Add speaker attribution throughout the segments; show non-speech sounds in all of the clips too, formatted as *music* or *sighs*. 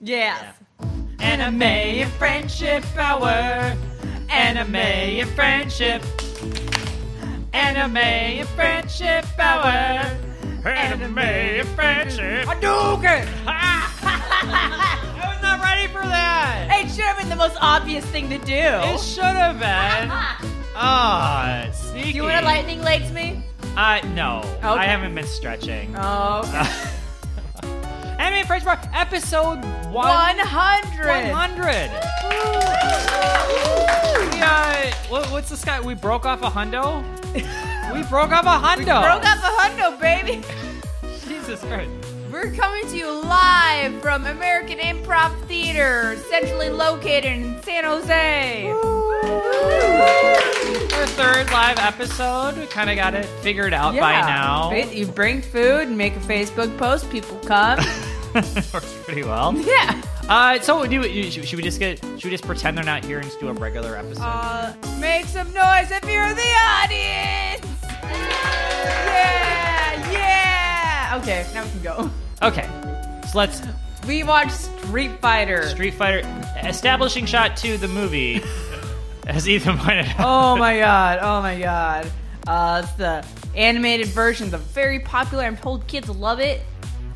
Speaker 1: Yes.
Speaker 2: Anime and Friendship Hour. Anime and Friendship. Anime and Friendship Hour. Anime and Friendship. *laughs*
Speaker 1: Hadouken! *laughs*
Speaker 2: I was not ready for that.
Speaker 1: It should have been the most obvious thing to do.
Speaker 2: It should have been.
Speaker 1: *laughs*
Speaker 2: Ah, oh, sneaky.
Speaker 1: Do you want to lightning legs me?
Speaker 2: Uh, no. I
Speaker 1: Okay.
Speaker 2: haven't been stretching.
Speaker 1: *laughs* Oh. okay.
Speaker 2: *laughs* Anime and Friendship Hour, episode one
Speaker 1: 100.
Speaker 2: 100. We, uh, what, what's this guy? We broke off a hundo? we broke off a
Speaker 1: *laughs*
Speaker 2: hundo.
Speaker 1: Broke up a hundo, baby.
Speaker 2: Jesus Christ.
Speaker 1: We're coming to you live from American Improv Theater, centrally located in San Jose.
Speaker 2: Our third live episode. We kind of got it figured out by now.
Speaker 1: Ba- You bring food and make a Facebook post, people come.
Speaker 2: *laughs* Works pretty well.
Speaker 1: *laughs* yeah.
Speaker 2: Uh, so do we, should should we just get? Should we just pretend they're not here and just do a regular episode?
Speaker 1: Uh, make some noise if you're the audience. Yeah, yeah. Okay, now we can go.
Speaker 2: okay. So let's
Speaker 1: We watched Street Fighter.
Speaker 2: Street Fighter establishing shot to the movie, *laughs* as Ethan pointed out.
Speaker 1: Oh my god, oh my god. Uh, it's the animated version, the very popular, I'm told kids love it,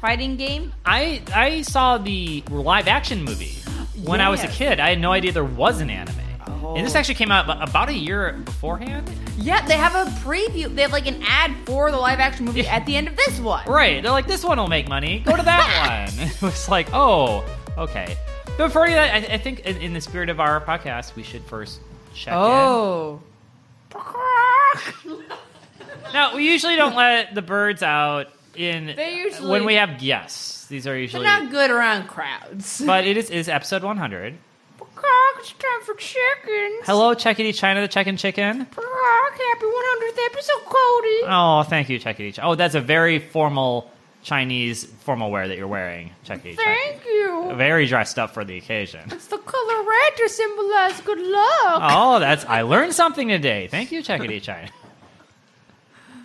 Speaker 1: fighting game.
Speaker 2: I I saw the live action movie when I was a
Speaker 1: Yes.
Speaker 2: kid. I had no idea there was an anime. And this
Speaker 1: Oh.
Speaker 2: actually came out ab- about a year beforehand.
Speaker 1: Yeah, they have a preview. They have like an ad for the live action movie
Speaker 2: Yeah.
Speaker 1: at the end of this one.
Speaker 2: Right. They're like, this one will make money. Go to
Speaker 1: *laughs*
Speaker 2: that one. *laughs* It was like, oh, okay. But for that, I, I think in, in the spirit of our podcast, we should first check
Speaker 1: Oh.
Speaker 2: in. Now, we usually
Speaker 1: *laughs*
Speaker 2: don't let the birds out in
Speaker 1: They usually-
Speaker 2: when we have guests. These
Speaker 1: *laughs*
Speaker 2: are
Speaker 1: They're
Speaker 2: usually.
Speaker 1: not good around crowds.
Speaker 2: but it is, is
Speaker 1: *laughs*
Speaker 2: episode 100.
Speaker 1: Cock, it's time for chickens.
Speaker 2: Hello, Checkity China, the Check-In Chicken.
Speaker 1: Cock, happy 100th episode, Cody.
Speaker 2: Oh, thank you, Checkity. Chi- Oh, that's a very formal Chinese formal wear that you're wearing, Checkity. Chi-
Speaker 1: Thank you.
Speaker 2: Very dressed up for the occasion.
Speaker 1: It's the color red to symbolize good luck.
Speaker 2: Oh, that's I learned something today. Thank you, Checkity
Speaker 1: *laughs*
Speaker 2: China.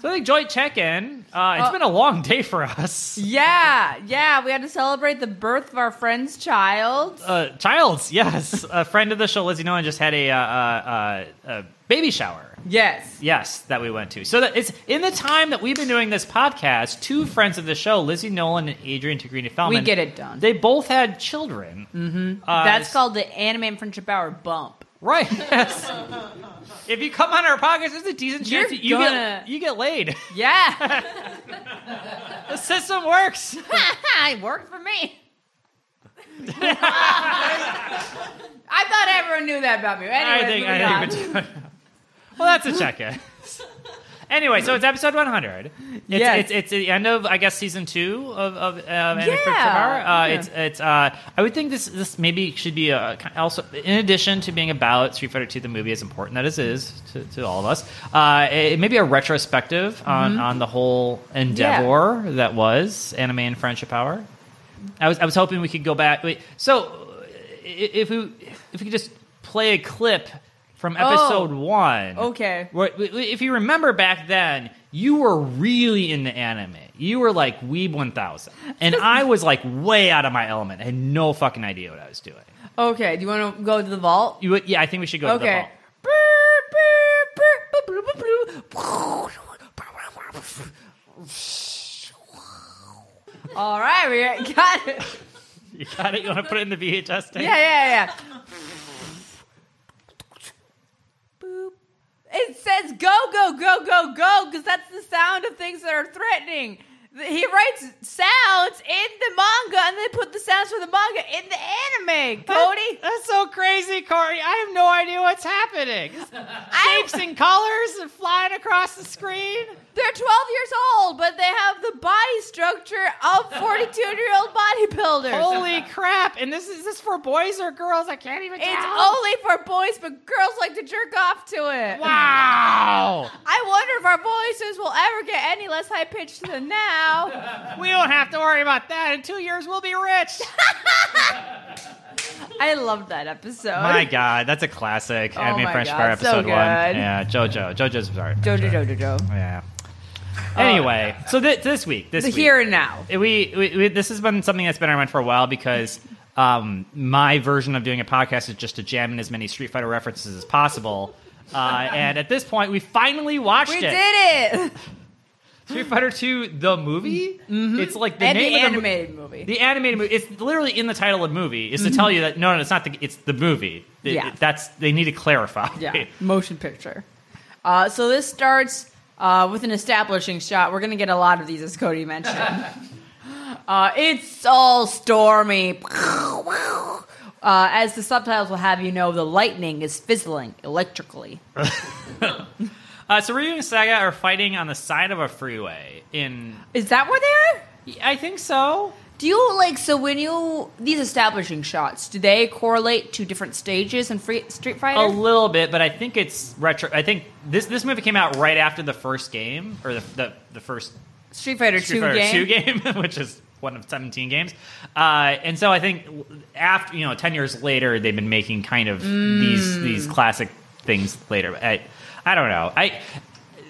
Speaker 2: So I think joint check-in. Uh, it's
Speaker 1: Uh,
Speaker 2: been a long day
Speaker 1: *laughs*
Speaker 2: for us.
Speaker 1: Yeah, yeah, we had to celebrate the birth of our friend's child.
Speaker 2: Uh, Childs, yes, a friend of the show, Lizzie Nolan, just had a, uh, uh, uh, a baby shower.
Speaker 1: Yes.
Speaker 2: Yes, that we went to. So that it's in the time that we've been doing this podcast. Two friends of the show, Lizzie Nolan and Adrian Tagrini Feldman,
Speaker 1: We get it done.
Speaker 2: They both had children. Mm-hmm. Uh,
Speaker 1: That's called the anime and friendship hour bump.
Speaker 2: *laughs* right. Yes. if you come on our podcast, there's a decent
Speaker 1: You're
Speaker 2: chance that you
Speaker 1: gonna-
Speaker 2: get you get laid. *laughs*
Speaker 1: Yeah. *laughs*
Speaker 2: the system works.
Speaker 1: it worked for
Speaker 2: *laughs*
Speaker 1: me. *laughs* I thought everyone knew that about me. Anyway,
Speaker 2: I think I think we do. *laughs* Well, that's a check-in. anyway, so it's episode 100. It's,
Speaker 1: Yes.
Speaker 2: it's, it's the end of I guess season two of of, of yeah.
Speaker 1: Yeah.
Speaker 2: Uh, It's it's uh, I would think this this maybe should be a, also in addition to being about Street Fighter Two, the movie as important that it is to, to all of us. Uh, it, it may be a retrospective
Speaker 1: Mm-hmm.
Speaker 2: on on the whole endeavor that was anime and friendship hour. I was I was hoping we could go back. Wait, so uh, i- if we if we could just play a clip from episode one.
Speaker 1: Oh, Okay.
Speaker 2: Where- If you remember back then, you were really into anime. You were like Weeb 1000.
Speaker 1: *laughs*
Speaker 2: And I was like way out of my element. I had no fucking idea what I was doing.
Speaker 1: Okay, do you want to go to the vault?
Speaker 2: You, yeah, I think we should go to the
Speaker 1: Okay.
Speaker 2: vault.
Speaker 1: All right, we got it.
Speaker 2: *laughs* You got it? You want to put it in the VHS tape?
Speaker 1: Yeah, yeah, yeah. Boop. It says go, go, go, go, go, because that's the sound of things that are threatening. Th- He writes sounds in the manga, and they put the sounds for the manga in the anime. Cody,
Speaker 2: That's so crazy, Corey. I have no idea what's happening.
Speaker 1: *laughs* I,
Speaker 2: Shapes and colors and flying across the screen.
Speaker 1: they're 12 years old, but they have the body structure of 42 year old bodybuilders. *laughs*
Speaker 2: Holy crap. And this is this for boys or girls? I can't even
Speaker 1: it's
Speaker 2: tell.
Speaker 1: only for boys, but girls like to jerk off to it.
Speaker 2: Wow.
Speaker 1: I wonder if our voices will ever get any less high pitched than now.
Speaker 2: We don't have to worry about that. In two years, we'll be rich.
Speaker 1: *laughs* I loved that episode.
Speaker 2: My God, that's a classic.
Speaker 1: Oh
Speaker 2: Anime
Speaker 1: my
Speaker 2: French
Speaker 1: God,
Speaker 2: Bar
Speaker 1: so
Speaker 2: episode one.
Speaker 1: good.
Speaker 2: Yeah, JoJo. JoJo's bizarre.
Speaker 1: Jojo Jojo Jojo.
Speaker 2: Yeah. Anyway, so th- this week, this
Speaker 1: The
Speaker 2: week,
Speaker 1: here and now.
Speaker 2: we, we, we this has been something that's been around for a while because uh, Um, my version of doing a podcast is just to jam in as many Street Fighter references as possible. Uh,
Speaker 1: *laughs*
Speaker 2: and at this point, we finally watched
Speaker 1: We
Speaker 2: it.
Speaker 1: did it.
Speaker 2: Street Fighter Two, the movie. It's like the
Speaker 1: Mm-hmm. and the
Speaker 2: name of the mo-
Speaker 1: animated movie.
Speaker 2: the animated movie. It's literally in the title of the movie. Is to tell you that no, no, it's not the. It's the movie. It-
Speaker 1: Mm-hmm. Yeah.
Speaker 2: it- that's they need to clarify.
Speaker 1: yeah, motion picture. Uh, so this starts uh, with an establishing shot. We're going to get a lot of these, as Cody mentioned.
Speaker 2: *laughs*
Speaker 1: uh, it's all stormy. Uh, as the subtitles will have you know, the lightning is fizzling electrically.
Speaker 2: Uh, so Ryu and Saga are fighting on the side of a freeway. In
Speaker 1: Is that where they are?
Speaker 2: I think so.
Speaker 1: Do you like so when you these establishing shots? Do they correlate to different stages in free, Street
Speaker 2: A
Speaker 1: Fighter?
Speaker 2: little bit, but I think it's retro. I think this this movie came out right after the first game or the the, the first
Speaker 1: Street Fighter
Speaker 2: Street
Speaker 1: Two
Speaker 2: Fighter
Speaker 1: game.
Speaker 2: Two game, *laughs* which is one of seventeen games. Uh, and so I think after you know, ten years later, they've been making kind of these these classic things later. I, I don't know. I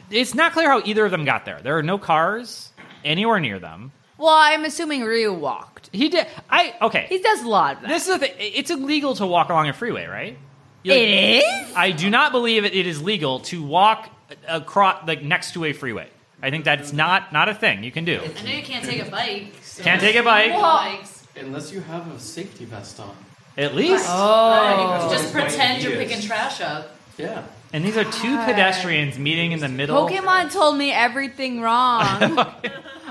Speaker 2: it's not clear how either of them got there. There are no cars anywhere near them.
Speaker 1: Well, I'm assuming Ryu walked.
Speaker 2: He did. I okay.
Speaker 1: He does a lot of that.
Speaker 2: this is the thing. It's illegal to walk along a freeway, right? You-
Speaker 1: it is.
Speaker 2: I do not believe it, it is legal to walk across like next to a freeway. I think that's not not a thing you can do.
Speaker 3: I know you can't take a bike. So
Speaker 2: Can't take a bike.
Speaker 3: Bikes.
Speaker 4: Unless you have a safety vest on.
Speaker 2: At least.
Speaker 3: Oh.
Speaker 4: That's
Speaker 3: Just
Speaker 4: what
Speaker 3: pretend
Speaker 4: the
Speaker 3: you're
Speaker 4: point
Speaker 3: picking
Speaker 4: is.
Speaker 3: trash up.
Speaker 4: Yeah.
Speaker 2: And these are two pedestrians meeting in the middle.
Speaker 1: Pokemon told me everything
Speaker 2: *laughs*
Speaker 1: wrong.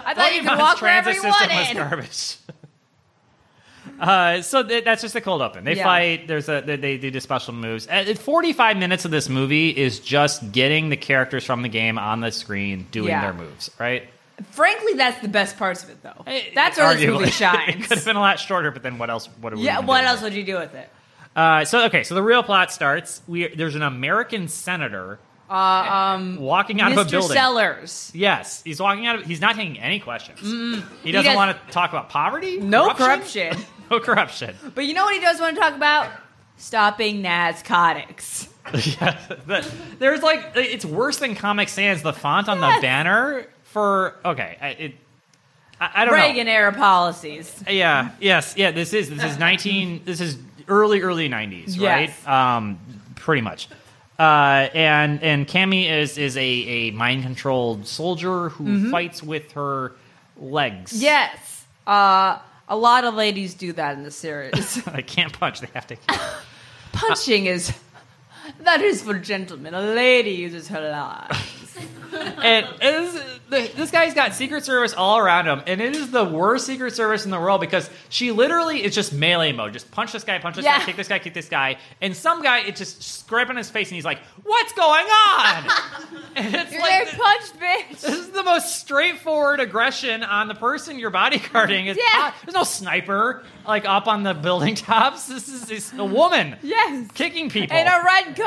Speaker 1: I thought you could
Speaker 2: Pokemon's
Speaker 1: walk wherever
Speaker 2: transit
Speaker 1: you
Speaker 2: system was
Speaker 1: wanted.
Speaker 2: garbage. *laughs* Uh, so th- that's just the cold open. They
Speaker 1: Yeah.
Speaker 2: fight. There's a they, they do the special moves. Uh, it- 45 minutes of this movie is just getting the characters from the game on the screen doing
Speaker 1: Yeah.
Speaker 2: their moves. Right?
Speaker 1: Frankly, that's the best parts of it, though.
Speaker 2: It-
Speaker 1: Eh, That's where this
Speaker 2: arguably. *laughs*
Speaker 1: movie
Speaker 2: it could have
Speaker 1: shines.
Speaker 2: been a lot shorter, but then what else? What are we?
Speaker 1: yeah.
Speaker 2: gonna do
Speaker 1: What
Speaker 2: with
Speaker 1: else
Speaker 2: it?
Speaker 1: would you do with it?
Speaker 2: Uh, so okay, so the real plot starts. We there's an American senator
Speaker 1: Uh, um,
Speaker 2: walking out of a
Speaker 1: Mr.
Speaker 2: building.
Speaker 1: Sellers.
Speaker 2: Yes, he's walking out of. He's not taking any questions. He doesn't
Speaker 1: does-
Speaker 2: want to talk about poverty.
Speaker 1: No corruption.
Speaker 2: no corruption. *laughs*
Speaker 1: but you know what he does want to talk about? Stopping Nazcotics.
Speaker 2: yeah, that- there's like it's worse than Comic Sans. The font on
Speaker 1: Yes.
Speaker 2: the banner for okay, I, it. I, I don't
Speaker 1: Reagan era policies.
Speaker 2: know. Yeah. Yes. Yeah. This is
Speaker 1: *laughs*
Speaker 2: this is 19. This is early early 90s,
Speaker 1: Yes.
Speaker 2: right? Um, pretty much. Uh, and and Cammy is is a, a mind controlled soldier who fights with her legs.
Speaker 1: Mm-hmm. Yes. Uh, a lot of ladies do that in the
Speaker 2: *laughs*
Speaker 1: series.
Speaker 2: *laughs* I can't punch. They have to.
Speaker 1: Punching is that is for gentlemen. A lady uses her life.
Speaker 2: and it is, the- this guy's got Secret Service all around him, and it is the worst Secret Service in the world because she literally is just melee mode. Just punch this guy, punch this
Speaker 1: Yeah.
Speaker 2: guy, kick this guy, kick this guy. And some guy, it's just scraping his face, and he's like, What's going on?
Speaker 1: *laughs*
Speaker 2: and it's
Speaker 1: You're
Speaker 2: like,
Speaker 1: getting punched, bitch.
Speaker 2: this is the most straightforward aggression on the person you're bodyguarding. It's
Speaker 1: Yeah.
Speaker 2: not- there's no sniper like up on the building *laughs* tops. This is it's a woman
Speaker 1: Yes.
Speaker 2: kicking people.
Speaker 1: In a red coat.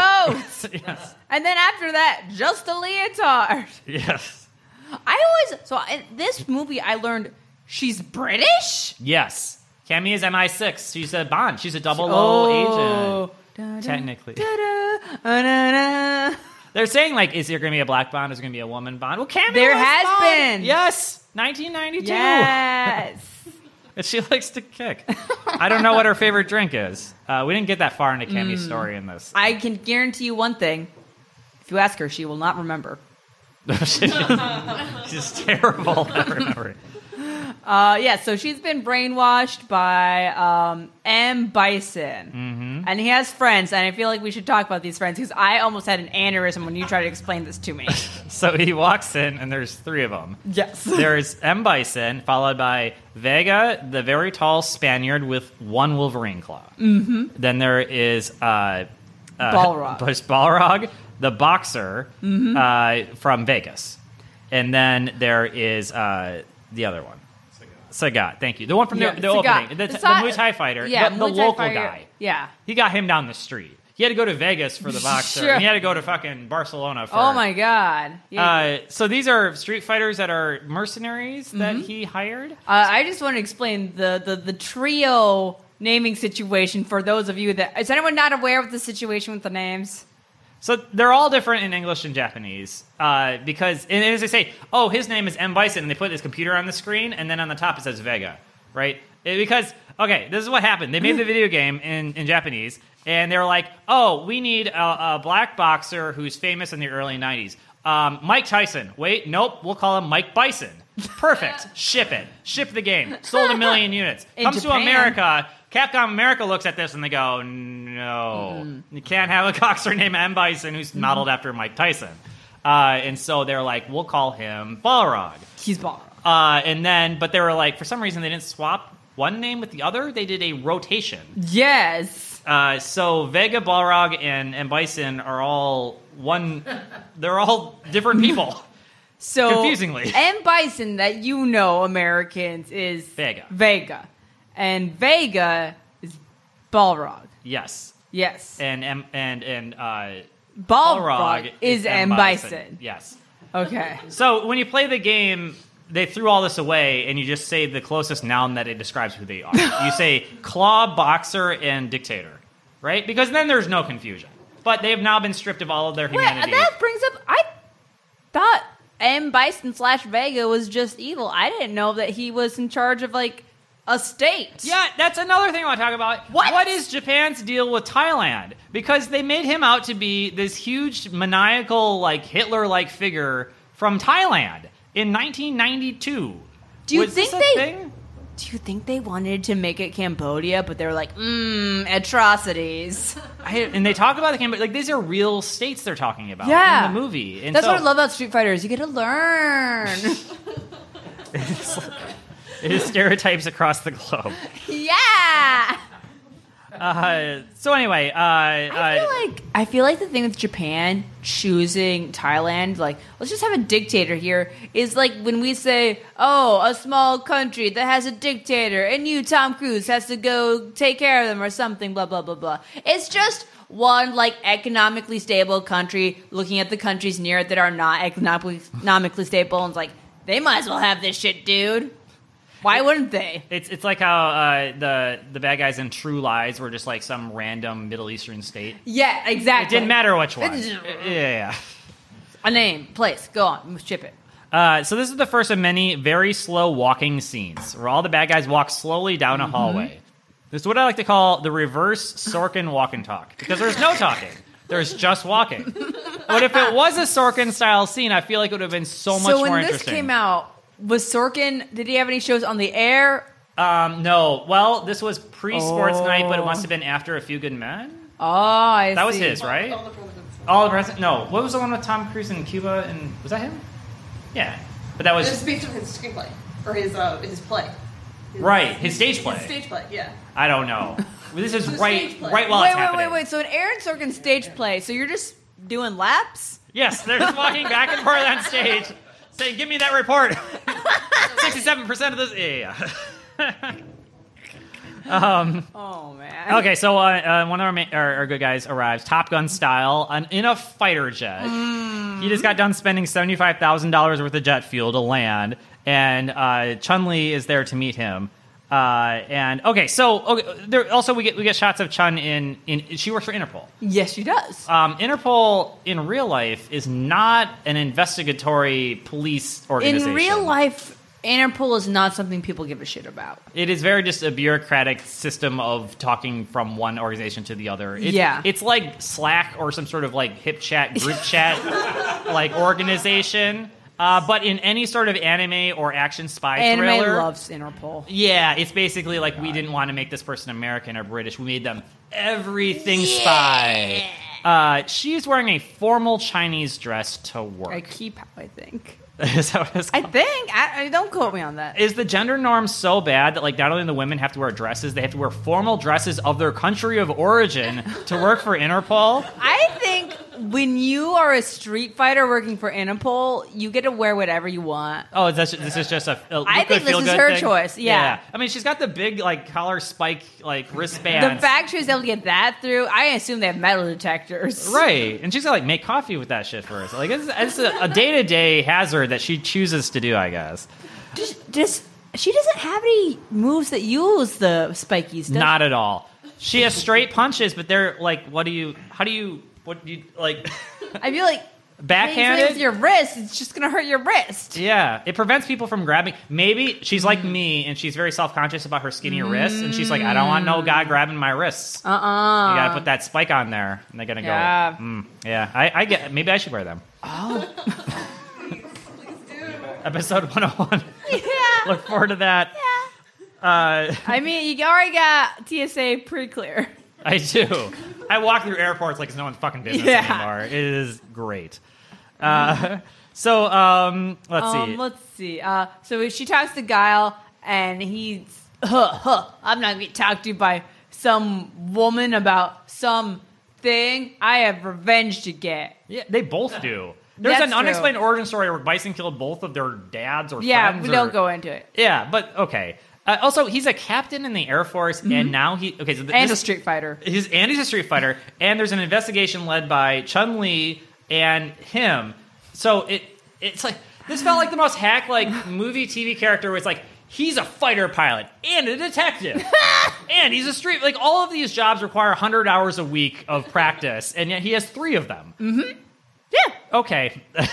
Speaker 1: *laughs*
Speaker 2: *laughs* yes,
Speaker 1: and then after that, just a leotard.
Speaker 2: yes,
Speaker 1: I always so in this movie I learned she's British.
Speaker 2: yes. Cammy is MI6. She's a Bond. She's a double
Speaker 1: Oh.
Speaker 2: O agent. Technically. They're saying like, is there going to be a black bond? Is there going to be a woman bond? Well, Cammy
Speaker 1: There
Speaker 2: was
Speaker 1: has
Speaker 2: Bond.
Speaker 1: been.
Speaker 2: Yes, 1992.
Speaker 1: Yes.
Speaker 2: And she likes to kick. I don't know what her favorite drink is. Uh, we didn't get that far into Cammy's
Speaker 1: Hmm.
Speaker 2: story in this. *laughs*
Speaker 1: I can guarantee you one thing. If you ask her, she will not remember.
Speaker 2: She's terrible. *laughs* at remembering.
Speaker 1: Uh, yeah, so she's been brainwashed by um, M. Bison. Mm-hmm. And he has friends, and I feel like we should talk about these friends because I almost had an aneurysm when you tried to explain this to me.
Speaker 2: So he walks in, and there's three of them.
Speaker 1: *laughs* yes.
Speaker 2: There's M. Bison, followed by Vega, the very tall Spaniard with one Wolverine claw. Mm-hmm. Then there is uh, uh,
Speaker 1: Balrog.
Speaker 2: *laughs*
Speaker 1: Mm-hmm.
Speaker 2: there's Balrog, the boxer uh, from Vegas. And then there is uh, the other one. Sagat, thank you. The one from the, the opening, the, the, Muay Thai fighter,
Speaker 1: Yeah,
Speaker 2: the, the
Speaker 1: Muay Thai
Speaker 2: local
Speaker 1: fighter.
Speaker 2: guy.
Speaker 1: Yeah.
Speaker 2: He got him down the street. He had to go to Vegas
Speaker 1: *laughs*
Speaker 2: for the boxer.
Speaker 1: Sure.
Speaker 2: and he had to go to fucking Barcelona for
Speaker 1: Oh my god. Yeah. Uh,
Speaker 2: uh, so these are street fighters that are mercenaries that he hired.
Speaker 1: uh, I just want to explain the, the, the trio naming situation for those of you that. Is anyone not aware of the situation with the names?
Speaker 2: So they're all different in English and Japanese uh, because, and as they say, oh, his name is M Bison, and they put his computer on the screen, and then on the top it says Vega, right? It- because Okay, this is what happened. They made the video game in, in Japanese, and they were like, "Oh, we need a, a black boxer who's famous in the early '90s." Um, Mike Tyson. Wait, nope. We'll call him Mike Bison. Perfect. Ship it. Ship the game. Sold a million units.
Speaker 1: In
Speaker 2: Comes
Speaker 1: Japan.
Speaker 2: to America. Capcom America looks at this and they go, "No, you can't have a *laughs* boxer named M Bison
Speaker 1: Mm-hmm.
Speaker 2: who's modeled after Mike Tyson." Uh, and so they're like, "We'll call him Balrog."
Speaker 1: He's Balrog.
Speaker 2: Uh, and then, but they were like, for some reason, they didn't swap one name with the other. They did a rotation.
Speaker 1: Yes.
Speaker 2: Uh, so Vega, Balrog, and, and Bison are all
Speaker 1: *laughs*
Speaker 2: one. They're all different people.
Speaker 1: So
Speaker 2: Confusingly.
Speaker 1: *laughs* and Bison that you know Americans is
Speaker 2: Vega.
Speaker 1: Vega, and Vega is Balrog.
Speaker 2: yes.
Speaker 1: Yes,
Speaker 2: And and and, and uh,
Speaker 1: Balrog, is M Bison.
Speaker 2: Yes.
Speaker 1: Okay,
Speaker 2: So when you play the game, they threw all this away, and you just say the closest noun that it describes who they are.
Speaker 1: *laughs*
Speaker 2: you say claw, boxer, and dictator, right? Because then there's no confusion. But they have now been stripped of all of their
Speaker 1: Wait,
Speaker 2: humanity.
Speaker 1: that brings up. I thought M Bison slash Vega was just evil. I didn't know that he was in charge of like a state.
Speaker 2: yeah, that's another thing I want to talk about.
Speaker 1: What?
Speaker 2: What is Japan's deal with Thailand? Because they made him out to be this huge maniacal, like Hitler-like figure from Thailand in 1992.
Speaker 1: Do you
Speaker 2: Was this
Speaker 1: think
Speaker 2: a
Speaker 1: they-
Speaker 2: thing?
Speaker 1: Do you think they wanted to make it Cambodia, but they were like, mmm, atrocities?
Speaker 2: I, and they talk about the Cambodia. Like these are real states they're talking about
Speaker 1: Yeah.
Speaker 2: in the movie. And
Speaker 1: *laughs* That's
Speaker 2: so,
Speaker 1: what I love about Street Fighters. You get to learn.
Speaker 2: It is stereotypes across the globe.
Speaker 1: *laughs* yeah.
Speaker 2: Uh, so anyway, uh,
Speaker 1: I
Speaker 2: uh,
Speaker 1: feel like I feel like the thing with Japan choosing Thailand, like let's just have a dictator here, is like when we say, "Oh, a small country that has a dictator, and you, Tom Cruise, has to go take care of them or something." Blah blah blah blah. It's just one like economically stable country looking at the countries near it that are not economically economically stable, and it's like they might as well have this shit, dude. Why wouldn't they?
Speaker 2: it's it's like how uh, the the bad guys in True Lies were just like some random Middle Eastern state.
Speaker 1: Yeah, exactly.
Speaker 2: It didn't matter which one.
Speaker 1: It's-
Speaker 2: yeah. yeah,
Speaker 1: A name, place, go on, ship it.
Speaker 2: yeah. Uh, so this is the first of many very slow walking scenes where all the bad guys walk slowly down a hallway. This is what I like to call the reverse Sorkin walk and talk because there's no talking. There's just walking. But if it was a Sorkin style scene, I feel like it would have been so much
Speaker 1: so when
Speaker 2: more
Speaker 1: this
Speaker 2: interesting.
Speaker 1: came out, was Sorkin? Did he have any shows on the air?
Speaker 2: Um, no. Well, this was pre Sports
Speaker 1: Oh.
Speaker 2: Night, but it must have been after A Few Good Men.
Speaker 1: Oh, I
Speaker 2: That was
Speaker 1: see.
Speaker 2: his, right? All the president. No, what was the one with Tom Cruise in Cuba? And was that him? Yeah, but that
Speaker 5: It was
Speaker 2: was
Speaker 5: based on his screenplay or his uh, his play. His-
Speaker 2: Right, his stage play.
Speaker 5: His stage play, yeah.
Speaker 2: I don't know.
Speaker 5: *laughs*
Speaker 2: This is
Speaker 5: It was
Speaker 2: right,
Speaker 5: stage play.
Speaker 2: right while
Speaker 1: wait,
Speaker 2: it's
Speaker 1: wait,
Speaker 2: happening.
Speaker 1: wait, wait. So an Aaron Sorkin stage play. So you're just doing laps?
Speaker 2: Yes, they're just walking back and forth on stage, saying, "Give me
Speaker 5: *laughs*
Speaker 2: that report." Sixty-seven percent of this. Yeah. yeah.
Speaker 1: Oh man.
Speaker 2: Okay, so uh, uh, one of our, ma- our, our good guys arrives, Top Gun style, an, in a fighter jet.
Speaker 5: Hmm.
Speaker 2: He just got done spending seventy-five thousand dollars worth of jet fuel to land, and uh, Chun Li is there to meet him. Uh, and okay, so okay, there, also we get we get shots of Chun in in she works for Interpol.
Speaker 1: Yes, she does.
Speaker 2: Um, Interpol in real life is not an investigatory police organization.
Speaker 1: In real life, Interpol is not something people give a shit about.
Speaker 2: It is very just a bureaucratic system of talking from one organization to the other. It's,
Speaker 1: Yeah.
Speaker 2: it's like Slack or some sort of like hip chat
Speaker 1: *laughs*
Speaker 2: group chat like organization. Uh, but in any sort of anime or action spy
Speaker 1: Anime
Speaker 2: thriller,
Speaker 1: loves Interpol.
Speaker 2: yeah, it's basically like we didn't want to make this person American or British. We made them everything spy. Uh, she's wearing a formal Chinese dress to
Speaker 1: A
Speaker 2: work.
Speaker 1: key pop, I think.
Speaker 2: *laughs* is that what it's
Speaker 1: I
Speaker 2: called?
Speaker 1: think. I, I don't quote me on that.
Speaker 2: is the gender norm so bad that like not only the women have to wear dresses, they have to wear formal dresses of their country of origin to work
Speaker 1: *laughs*
Speaker 2: for Interpol?
Speaker 1: I think when you are a street fighter working for Interpol, you get to wear whatever you want.
Speaker 2: Oh, that's this is just a. a
Speaker 1: I
Speaker 2: look
Speaker 1: think
Speaker 2: good,
Speaker 1: this
Speaker 2: feel
Speaker 1: is
Speaker 2: good
Speaker 1: her
Speaker 2: thing?
Speaker 1: choice, yeah.
Speaker 2: I mean, she's got the big like collar spike like
Speaker 1: The
Speaker 2: wristband.
Speaker 1: fact she was able to get that through, I assume they have metal detectors.
Speaker 2: *laughs* Right, and she's gonna like make coffee with that shit for us. Like it's, it's a day to day hazard that she chooses to do, I guess.
Speaker 1: Just, just she doesn't have any moves that use the spiky stuff.
Speaker 2: Not at all. She has straight punches, but they're like, what do you? How do you? What do you like?
Speaker 1: I feel like Things
Speaker 2: backhanded.
Speaker 1: with your wrist, it's just gonna hurt your wrist.
Speaker 2: Yeah, it prevents people from grabbing. Maybe she's like me, and she's very self conscious about her skinnier wrists, and she's like, I don't want no guy grabbing my wrists.
Speaker 1: Uh Mm. uh
Speaker 2: you gotta put that spike on there, and they're gonna
Speaker 1: Yeah.
Speaker 2: go. Mm, yeah, I, I get. Maybe I should wear them. Oh. Episode *laughs* 101.
Speaker 1: *laughs* Yeah.
Speaker 2: Look forward to that. Uh,
Speaker 1: I mean, you already got TSA pretty clear.
Speaker 2: I do. I walk through airports like it's no one's fucking business
Speaker 1: Yeah.
Speaker 2: anymore. It is great. Uh, so um, let's see.
Speaker 1: Um, let's see. Uh, so she talks to Guile, and he's, huh, huh, I'm not going to talk to you by some woman about some thing. I have revenge to get.
Speaker 2: Yeah, they both
Speaker 1: uh,
Speaker 2: do. There's
Speaker 1: That's
Speaker 2: an
Speaker 1: true.
Speaker 2: unexplained origin story where Bison killed both of their dads or
Speaker 1: Yeah,
Speaker 2: friends
Speaker 1: we
Speaker 2: or-
Speaker 1: don't go into it.
Speaker 2: Yeah, but okay. Uh, also, he's a captain in the Air Force, and now he okay. So th-
Speaker 1: Mm-hmm. And a
Speaker 2: this-
Speaker 1: Street Fighter.
Speaker 2: He's and he's a Street Fighter, and there's an investigation led by Chun Li and him. So it it's like this felt like the most
Speaker 1: *laughs*
Speaker 2: hack like movie TV character where it's like he's a fighter pilot and
Speaker 1: *laughs*
Speaker 2: a detective. and he's a street like all of these jobs require 100 hours a week of practice and yet he has 3 of them.
Speaker 1: Mm. Yeah.
Speaker 2: Okay. *laughs*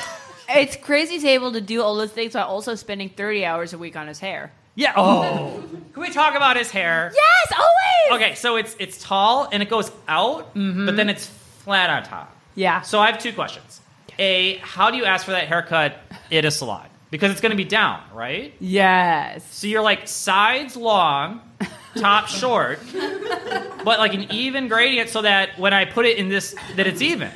Speaker 1: It's crazy he's able to do all those things while also spending 30 hours a week on his hair.
Speaker 2: yeah. Oh. Can we talk about his hair?
Speaker 1: Yes, always!
Speaker 2: Okay, so it's it's tall and it goes out, but then it's flat on top.
Speaker 1: Mm-hmm. Yeah.
Speaker 2: So I have two questions. A, how do you ask for that haircut at a salon? Because it's going to be down, right?
Speaker 1: Yes.
Speaker 2: So you're like sides long,
Speaker 1: *laughs*
Speaker 2: top short, but like an even gradient so that when I put it in this, that it's even.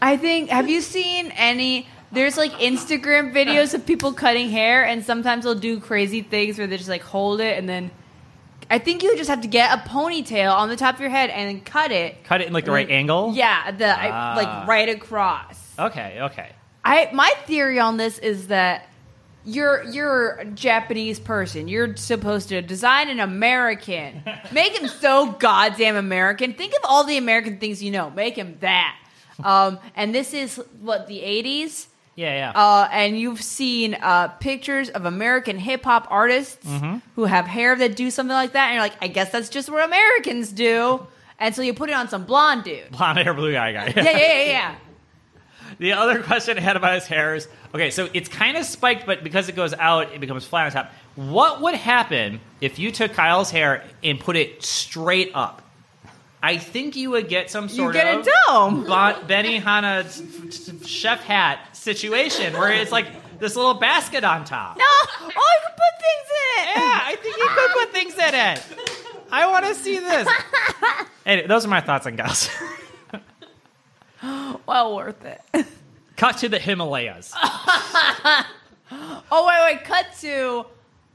Speaker 1: I think. Have you seen any? There's like Instagram videos of people cutting hair, and sometimes they'll do crazy things where they just like hold it and then. I think you just have to get a ponytail on the top of your head and then cut it.
Speaker 2: Cut it in like the right angle.
Speaker 1: Mm. Yeah, the
Speaker 2: Ah.
Speaker 1: I, like right across.
Speaker 2: Okay. Okay.
Speaker 1: I my theory on this is that you're you're a Japanese person. You're supposed to design an American. Make him so goddamn American. Think of all the American things you know. Make him that. Um, and this is what the '80s.
Speaker 2: Yeah. Yeah.
Speaker 1: Uh, and you've seen uh, pictures of American hip hop artists who have hair that do something like that, and you're like, I guess that's just what Americans do. And so you put it on some blonde dude.
Speaker 2: *laughs* Blonde hair, blue eye guy.
Speaker 1: Yeah, yeah, yeah, yeah.
Speaker 2: The other *laughs* question I had about his hair is okay, so it's kind of spiked, but because it goes out, it becomes flat on top. What would happen if you took Kyle's hair and put it straight up? I think you would get some
Speaker 1: You
Speaker 2: sort
Speaker 1: get
Speaker 2: of
Speaker 1: a dome.
Speaker 2: *laughs* Bon- Benny Hanna chef hat situation where it's like this little basket on top.
Speaker 1: No, oh, you can put things in it.
Speaker 2: Yeah, I think you could put things in it. I want to
Speaker 1: *laughs*
Speaker 2: see this. Anyway, those are my thoughts on Kyle's.
Speaker 1: Well worth it.
Speaker 2: *laughs*
Speaker 1: *laughs*
Speaker 2: Cut to the Himalayas.
Speaker 1: Oh wait, wait. Cut to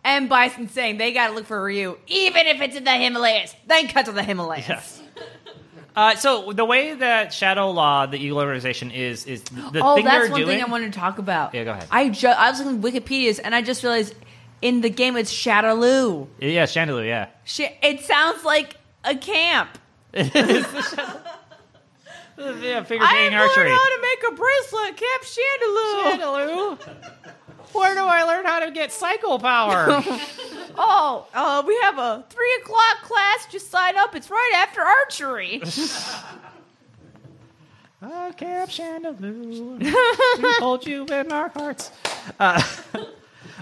Speaker 1: M Bison saying they gotta look for Ryu, even if it's in the Himalayas. Then cut to the Himalayas.
Speaker 2: Yes. Uh, so the way that Shadow Law, the Eagle organization, is is the
Speaker 1: *gasps* oh,
Speaker 2: thing
Speaker 1: that's
Speaker 2: they're
Speaker 1: one
Speaker 2: doing.
Speaker 1: thing I wanted to talk about.
Speaker 2: Yeah, go ahead.
Speaker 1: I ju- I was looking at Wikipedia's and I just realized in the game it's Shadaloo.
Speaker 2: yeah, Chandelou. Yeah,
Speaker 1: Sh- it sounds like a camp.
Speaker 2: Uh, yeah, figure
Speaker 1: I
Speaker 2: skating
Speaker 1: learned
Speaker 2: archery.
Speaker 1: how to make a bracelet, Camp Chandelou.
Speaker 2: *laughs* Where do I learn how to get
Speaker 1: *laughs*
Speaker 2: psycho power?
Speaker 1: Oh, uh, we have a three o'clock class. Just sign up. It's right after archery.
Speaker 2: oh, Camp Chandelou,
Speaker 1: *laughs*
Speaker 2: we hold you in our hearts. *laughs* Uh,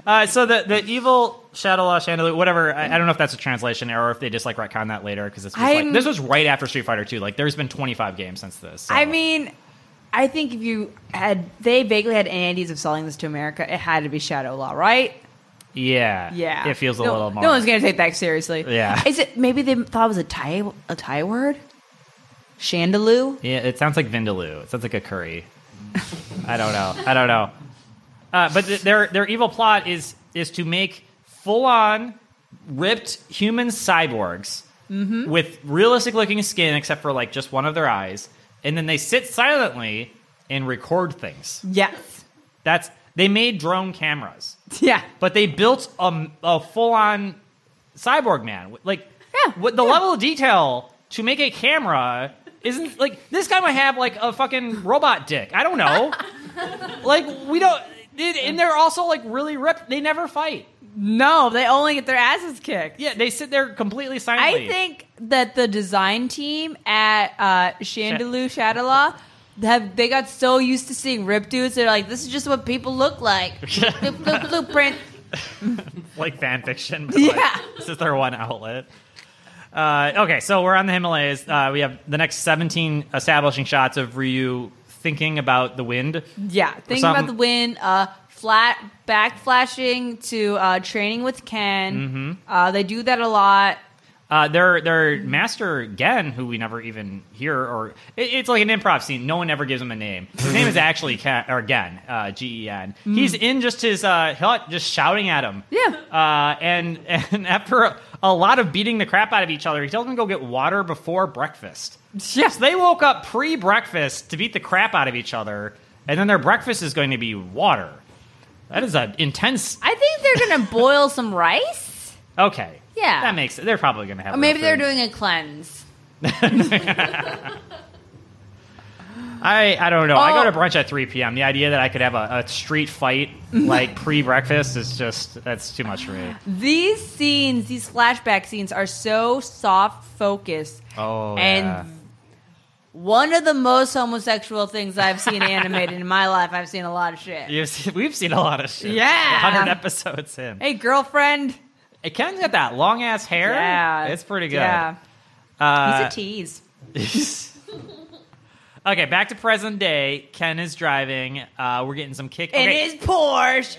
Speaker 2: uh, so the the evil Shadow Law Chandelou, whatever. I, I don't know if that's a translation error, or if they just like retcon that later because it's just, like
Speaker 1: I'm-
Speaker 2: this was right after Street Fighter Two. Like, there's been 25 games since this. so-
Speaker 1: I mean, I think if you had, they vaguely had any ideas of selling this to America, it had to be Shadow Law, right?
Speaker 2: yeah,
Speaker 1: Yeah,
Speaker 2: it feels a
Speaker 1: No-
Speaker 2: little more.
Speaker 1: No one's gonna take that seriously.
Speaker 2: Yeah.
Speaker 1: is it maybe they thought it was a Thai a Thai word? Chandelou.
Speaker 2: Yeah, it sounds like vindaloo. It sounds like a curry. I don't know. I don't know. Uh, but th- their their evil plot is is to make full on ripped human cyborgs with realistic looking skin, except for like just one of their eyes, and then they sit silently and record things.
Speaker 1: Yes. *laughs*
Speaker 2: That's they made drone cameras,
Speaker 1: Yeah.
Speaker 2: but they built a, full on cyborg man. Like
Speaker 1: Yeah,
Speaker 2: what the
Speaker 1: yeah.
Speaker 2: level of detail to make a camera isn't like this guy might have like a fucking robot dick. I don't
Speaker 1: *laughs*
Speaker 2: know. like we don't. It, and they're also like really ripped. They never fight.
Speaker 1: No, they only get their asses kicked.
Speaker 2: Yeah, they sit there completely
Speaker 1: I
Speaker 2: silently.
Speaker 1: think that the design team at uh, Chandelou Shadala have they got so used to seeing ripped dudes, they're like, this is just what people look
Speaker 2: *laughs*
Speaker 1: like. Look, look, Blueprint.
Speaker 2: like fan fiction. But like,
Speaker 1: Yeah.
Speaker 2: this is their one outlet. Uh, okay, so we're on the Himalayas. Uh, we have the next 17 establishing shots of Ryu thinking about the wind.
Speaker 1: Yeah, think
Speaker 2: something.
Speaker 1: about the win. Uh, flat back flashing to uh, training with
Speaker 2: Mm-hmm.
Speaker 1: Ken. Uh, they do that a lot.
Speaker 2: Uh, their their master Gen, who we never even hear, or it, it's like an improv scene. No one ever gives him a name.
Speaker 1: *laughs*
Speaker 2: His name is actually Ken, or Gen, uh, G E N. He's in just his uh, hut, just shouting at him.
Speaker 1: Mm. *laughs* Yeah.
Speaker 2: Uh, and and *laughs* after a, a lot of beating the crap out of each other, he tells them to go get water before breakfast.
Speaker 1: Yeah.
Speaker 2: So they woke up pre breakfast to beat the crap out of each other, and then their breakfast is going to be water. That is an intense.
Speaker 1: I think they're gonna *laughs* boil some rice.
Speaker 2: Okay.
Speaker 1: Yeah.
Speaker 2: That makes. They're probably going to have.
Speaker 1: Or maybe they're
Speaker 2: real food.
Speaker 1: doing a cleanse.
Speaker 2: I, I don't know. I go
Speaker 1: Oh.
Speaker 2: to brunch at 3 p.m. The idea that I could have a, a
Speaker 1: *laughs*
Speaker 2: street fight like pre breakfast is just that's too much for me.
Speaker 1: These scenes, these flashback scenes, are so soft focused.
Speaker 2: Oh,
Speaker 1: and
Speaker 2: yeah.
Speaker 1: one of the most homosexual things I've seen animated in my life. I've seen a lot of shit.
Speaker 2: You've seen, we've seen a lot of shit.
Speaker 1: Yeah.
Speaker 2: 100 episodes in.
Speaker 1: Hey, girlfriend.
Speaker 2: Hey, Ken's got that long ass hair.
Speaker 1: Yeah,
Speaker 2: It's pretty good.
Speaker 1: Yeah,
Speaker 2: Uh,
Speaker 1: he's a tease.
Speaker 2: *laughs* okay, back to present day. Ken is driving. Uh, we're getting some kick.
Speaker 1: And
Speaker 2: okay.
Speaker 1: his Porsche,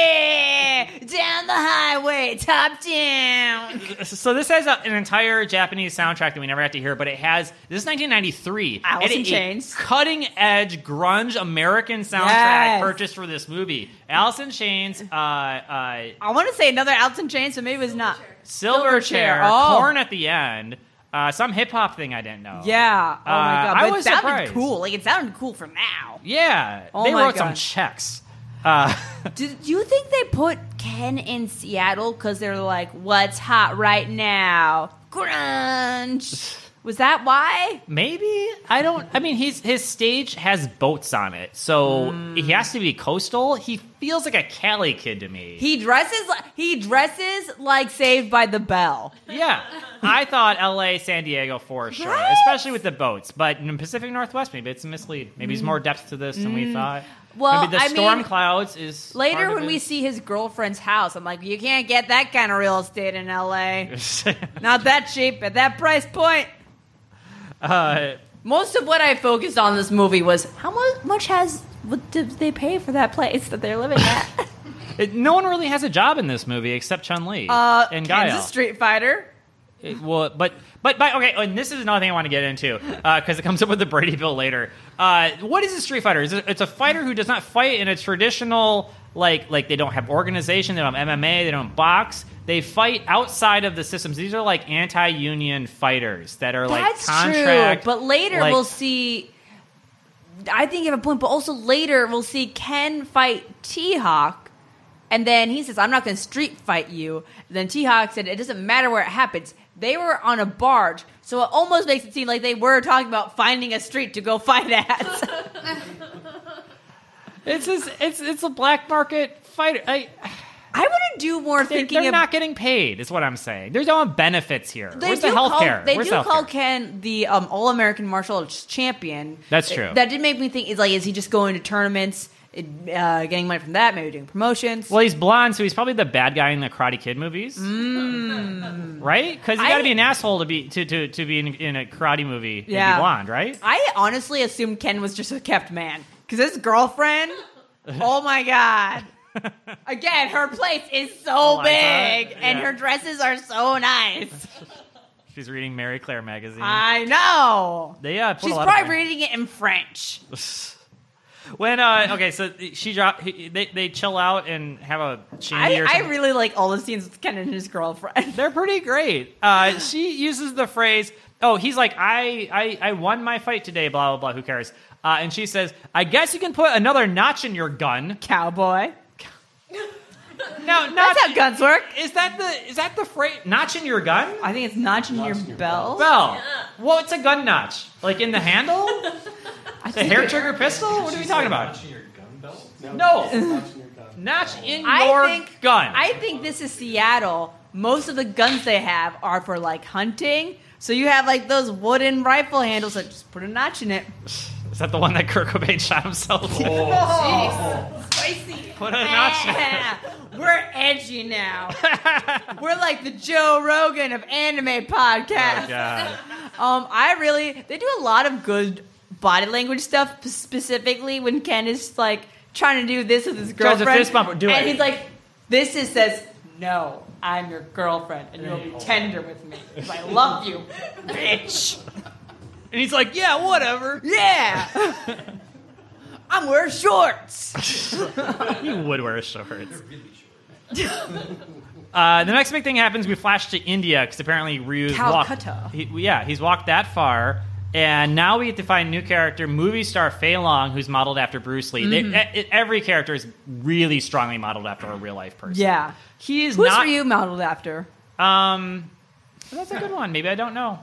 Speaker 1: yeah, down the highway, top down.
Speaker 2: So this has a, an entire Japanese soundtrack that we never have to hear, but it has this is 1993.
Speaker 1: Alice
Speaker 2: It-
Speaker 1: in
Speaker 2: it-
Speaker 1: Chains.
Speaker 2: cutting edge grunge American soundtrack
Speaker 1: Yes.
Speaker 2: purchased for this movie. Alice in Chains, uh, uh,
Speaker 1: I want to say another Alice in Chains, but maybe it's not.
Speaker 2: Silver Chair,
Speaker 1: Silverchair. Oh.
Speaker 2: Corn at the end, uh, some hip hop thing I didn't know.
Speaker 1: Yeah. Oh my
Speaker 2: Uh,
Speaker 1: god,
Speaker 2: I
Speaker 1: but
Speaker 2: was
Speaker 1: it sounded
Speaker 2: surprised.
Speaker 1: cool. Like it sounded cool for now.
Speaker 2: yeah.
Speaker 1: Oh
Speaker 2: they
Speaker 1: my
Speaker 2: wrote some
Speaker 1: God.
Speaker 2: checks. Uh, *laughs*
Speaker 1: Did you think they put Ken in Seattle because they're like, what's hot right now?
Speaker 2: *sighs*
Speaker 1: Grunge. Was that why?
Speaker 2: Maybe I don't. I mean, he's his stage has boats on it, so
Speaker 1: Hmm.
Speaker 2: he has to be coastal. He feels like a Cali kid to me.
Speaker 1: He dresses like he dresses like Saved by the Bell. *laughs*
Speaker 2: yeah, I thought L.A., San Diego for sure,
Speaker 1: Right?
Speaker 2: especially with the boats. But in the Pacific Northwest, maybe it's a mislead. Maybe there's more depth to this than we thought.
Speaker 1: Mm. Well,
Speaker 2: maybe the
Speaker 1: I
Speaker 2: storm
Speaker 1: mean,
Speaker 2: clouds is part
Speaker 1: Later,
Speaker 2: of
Speaker 1: when
Speaker 2: it.
Speaker 1: we see his girlfriend's house, I'm like, you can't get that kind of real estate in LA. Not that cheap at that price point.
Speaker 2: *laughs* uh,
Speaker 1: Most of what I focused on this movie was how mu- much has what did they pay for that place that they're living
Speaker 2: *laughs*
Speaker 1: at?
Speaker 2: it- no one really has a job in this movie except Chun Li
Speaker 1: uh,
Speaker 2: and Gaia.
Speaker 1: Kansas Street Fighter.
Speaker 2: It- well, but but but okay, and this is another thing I want to get into because it comes up with the Brady Bill later. Uh, what is a street fighter? Is it, it's a fighter who does not fight in a traditional like like they don't have organization, they don't have MMA, they don't box. They fight outside of the systems. These are like anti-union fighters that are
Speaker 1: That's
Speaker 2: like contract.
Speaker 1: true. But later
Speaker 2: like-
Speaker 1: we'll see. I think you have a point, but also later we'll see Ken fight T Hawk, and then he says, "I'm not going to street fight you." then T Hawk said, "It doesn't matter where it happens." They were on a barge, so it almost makes it seem like they were talking about finding a street to go fight at. *laughs*
Speaker 2: it's just, it's it's a black market fighter. I,
Speaker 1: I wouldn't do more
Speaker 2: they're
Speaker 1: thinking
Speaker 2: they're
Speaker 1: of
Speaker 2: not getting paid. Is what I'm saying. There's no benefits here.
Speaker 1: They
Speaker 2: Where's
Speaker 1: do
Speaker 2: the health care?
Speaker 1: Call, they
Speaker 2: Where's
Speaker 1: do
Speaker 2: the
Speaker 1: call
Speaker 2: healthcare?
Speaker 1: Ken the um, All American Martial Arts Champion.
Speaker 2: That's
Speaker 1: Th-
Speaker 2: true.
Speaker 1: That did make me think: is like, is he just going to tournaments, uh, getting money from that? Maybe doing promotions.
Speaker 2: Well, he's blonde, so he's probably the bad guy in the Karate Kid movies, right? Because you got to
Speaker 1: Mm. I-
Speaker 2: be an asshole to be to to, to be in, in a karate movie and
Speaker 1: Yeah.
Speaker 2: be blonde, right?
Speaker 1: I honestly assumed Ken was just a kept man because his girlfriend. oh my god!
Speaker 2: *laughs*
Speaker 1: Again, her place is so
Speaker 2: Eliza,
Speaker 1: big, and
Speaker 2: Oh yeah.
Speaker 1: her dresses are so nice.
Speaker 2: She's reading Mary Claire magazine.
Speaker 1: I know.
Speaker 2: they uh, put a
Speaker 1: Uh, She's
Speaker 2: lot of
Speaker 1: probably
Speaker 2: money-
Speaker 1: reading it in French.
Speaker 2: *laughs* when uh, okay, so she drop he- they they chill out and have a shandy
Speaker 1: I,
Speaker 2: or
Speaker 1: I
Speaker 2: something.
Speaker 1: really like all the scenes with Ken and his girlfriend.
Speaker 2: They're pretty great. Uh, she uses the phrase, "Oh, he's like I, I I won my fight today." Blah blah blah. Who cares? Uh, and she says, "I guess you can put another notch in your gun."
Speaker 1: Cowboy.
Speaker 2: No, notch
Speaker 1: That's how guns work.
Speaker 2: is that the is that the phrase notch in your gun?
Speaker 1: I think it's notching your,
Speaker 4: Notching your
Speaker 1: belt.
Speaker 2: Well, well, it's a gun notch, like in
Speaker 1: *laughs*
Speaker 2: the handle,
Speaker 1: I
Speaker 2: the
Speaker 1: think
Speaker 2: hair
Speaker 1: it-
Speaker 2: trigger pistol. What are we talking about?
Speaker 4: Notching your gun belt?
Speaker 2: No.
Speaker 4: Notching your gun.
Speaker 2: Notch in
Speaker 1: I
Speaker 2: your
Speaker 1: think-
Speaker 2: gun.
Speaker 1: I think this is Seattle. Most of the guns they have are for like hunting. So you have like those wooden rifle handles that just put a notch in it.
Speaker 2: Is that the one that Kurt Cobain shot himself with?
Speaker 5: Spicy.
Speaker 2: Oh. Put a notch in it.
Speaker 1: We're edgy
Speaker 2: *laughs*
Speaker 1: now. We're like the Joe Rogan of anime
Speaker 2: *laughs*
Speaker 1: podcasts.
Speaker 2: God.
Speaker 1: Um, I really they do a lot of good body language stuff, p- specifically when Ken is like trying to do this with his
Speaker 2: Tries to
Speaker 1: girlfriend,
Speaker 2: fist bump, do
Speaker 1: and
Speaker 2: it.
Speaker 1: he's like, "This is says no, I'm your girlfriend, and you'll be tender with me 'cause I love you, bitch."
Speaker 2: And he's like, yeah, whatever.
Speaker 1: *laughs* Yeah, *laughs* I'm wearing shorts.
Speaker 2: He would wear shorts. Uh, the next big thing happens. We flash to India because apparently Ryu's
Speaker 1: Calcutta.
Speaker 2: walked. He, yeah, he's walked that far, and now we get to find new character, movie star Fei Long, who's modeled after Bruce Lee. They-
Speaker 1: Mm-hmm.
Speaker 2: e- e- every character is really strongly modeled after a real life person.
Speaker 1: Yeah,
Speaker 2: he is
Speaker 1: who's
Speaker 2: not.
Speaker 1: Ryu modeled after?
Speaker 2: Um, that's a good one. Maybe I don't know.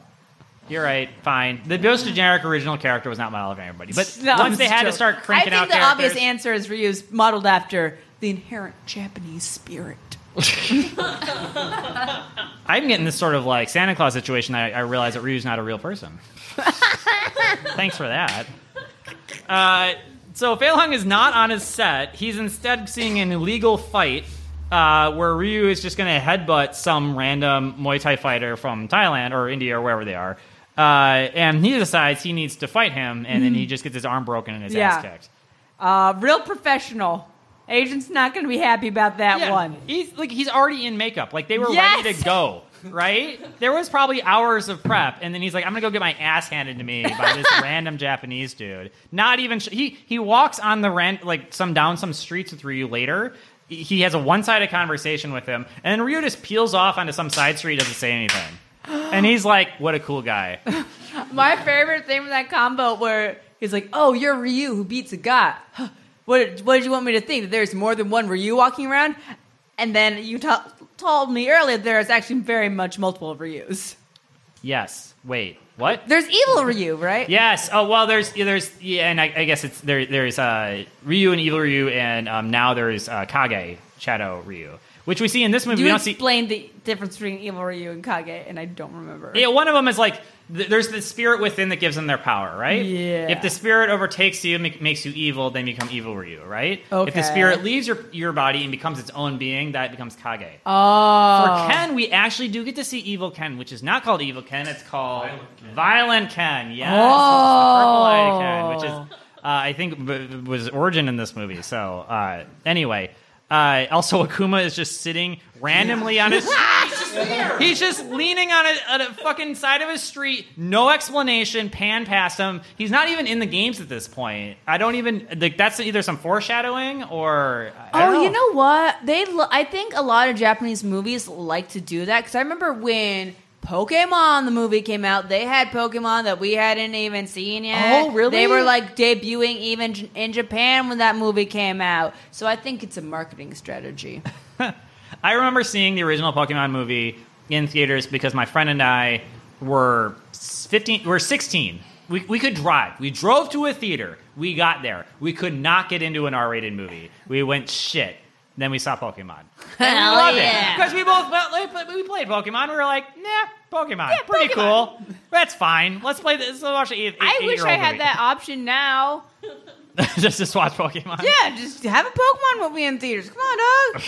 Speaker 2: You're right. Fine. The most generic original character was not modeled after anybody, but
Speaker 1: No, I'm
Speaker 2: once they
Speaker 1: just
Speaker 2: had to
Speaker 1: joking.
Speaker 2: start cranking
Speaker 1: I
Speaker 2: out
Speaker 1: think the
Speaker 2: characters,
Speaker 1: obvious answer is Ryu's modeled after the inherent Japanese spirit.
Speaker 2: I'm getting this sort of like Santa Claus situation. I, I realize that Ryu's not a real person. Thanks for that. Uh, so Fei Long is not on his set. He's instead seeing an illegal fight uh, where Ryu is just going to headbutt some random Muay Thai fighter from Thailand or India or wherever they are. Uh, and he decides he needs to fight him, and then he just gets his arm broken and his
Speaker 1: Yeah.
Speaker 2: ass kicked.
Speaker 1: Uh, real professional. Agent's not going to be happy about that
Speaker 2: Yeah,
Speaker 1: one.
Speaker 2: He's like he's already in makeup. Like they were
Speaker 1: Yes!
Speaker 2: ready to go, right? There was probably hours of prep, and then he's like, "I'm gonna go get my ass handed to me by
Speaker 1: *laughs*
Speaker 2: this random Japanese dude." Not even sh- he he walks on the rent like some down some streets with Ryu later. He- He has a one sided conversation with him, and then Ryu just peels off onto some side street, doesn't say anything, and he's like, "What a
Speaker 1: *laughs*
Speaker 2: cool guy."
Speaker 1: My favorite thing from that combo where he's like, "Oh, you're Ryu who beats a guy. Huh. What what did you want me to think that there's more than one Ryu walking around?" And then you to- told me earlier there's actually very much multiple Ryu's.
Speaker 2: yes. Wait. What?
Speaker 1: There's evil Ryu, right?
Speaker 2: Yes. Oh well, there's there's yeah, and I, I guess it's there. There's uh, Ryu and Evil Ryu, and um, now there's uh, Kage Shadow Ryu, which we see in this movie.
Speaker 1: You
Speaker 2: we don't see.
Speaker 1: explained the difference between evil Ryu and Kage, and I don't remember.
Speaker 2: Yeah, one of them is like th- there's the spirit within that gives them their power, right?
Speaker 1: Yeah.
Speaker 2: If the spirit overtakes you, make, makes you evil, then you become evil Ryu, right? If
Speaker 1: Okay.
Speaker 2: the spirit leaves your your body and becomes its own being, that becomes Kage.
Speaker 1: Oh,
Speaker 2: For Ken, we actually do get to see Evil Ken, which is not called Evil Ken. It's called
Speaker 4: Violent Ken.
Speaker 2: Violent Ken. Yes,
Speaker 1: Oh.
Speaker 2: it's the purple-eyed Ken, which is uh, I think b- was origin in this movie. So uh, anyway, uh, also Akuma is just sitting randomly
Speaker 1: *laughs*
Speaker 2: on his.
Speaker 1: Ah,
Speaker 2: *laughs* He's just leaning on a, on a fucking side of a street, no explanation. Pan past him. He's not even in the games at this point. I don't even like. That's either some foreshadowing or. I
Speaker 1: Oh,
Speaker 2: don't
Speaker 1: you know what? They, lo- I think a lot of Japanese movies like to do that because I remember when Pokemon the movie came out, they had Pokemon that we hadn't even seen yet.
Speaker 2: Oh, really?
Speaker 1: They were like debuting even j- in Japan when that movie came out. So I think it's a marketing
Speaker 2: *laughs*
Speaker 1: strategy.
Speaker 2: I remember seeing the original Pokemon movie in theaters because my friend and I were fifteen. We were sixteen. We, we could drive. We drove to a theater. We got there. We could not get into an R-rated movie. We went shit. Then we saw Pokemon. And
Speaker 1: Hell
Speaker 2: we loved
Speaker 1: Oh, yeah.
Speaker 2: it because we both well, like, we played Pokemon. We were like, nah, Pokemon, pretty
Speaker 1: Pokemon.
Speaker 2: cool. That's fine. Let's play this. Let's watch an eight, eight,
Speaker 1: I wish
Speaker 2: eight-year-old
Speaker 1: I had
Speaker 2: movie.
Speaker 1: that option now.
Speaker 2: *laughs* Just to watch Pokemon.
Speaker 1: Yeah, just have a Pokemon movie in theaters. Come on, dog.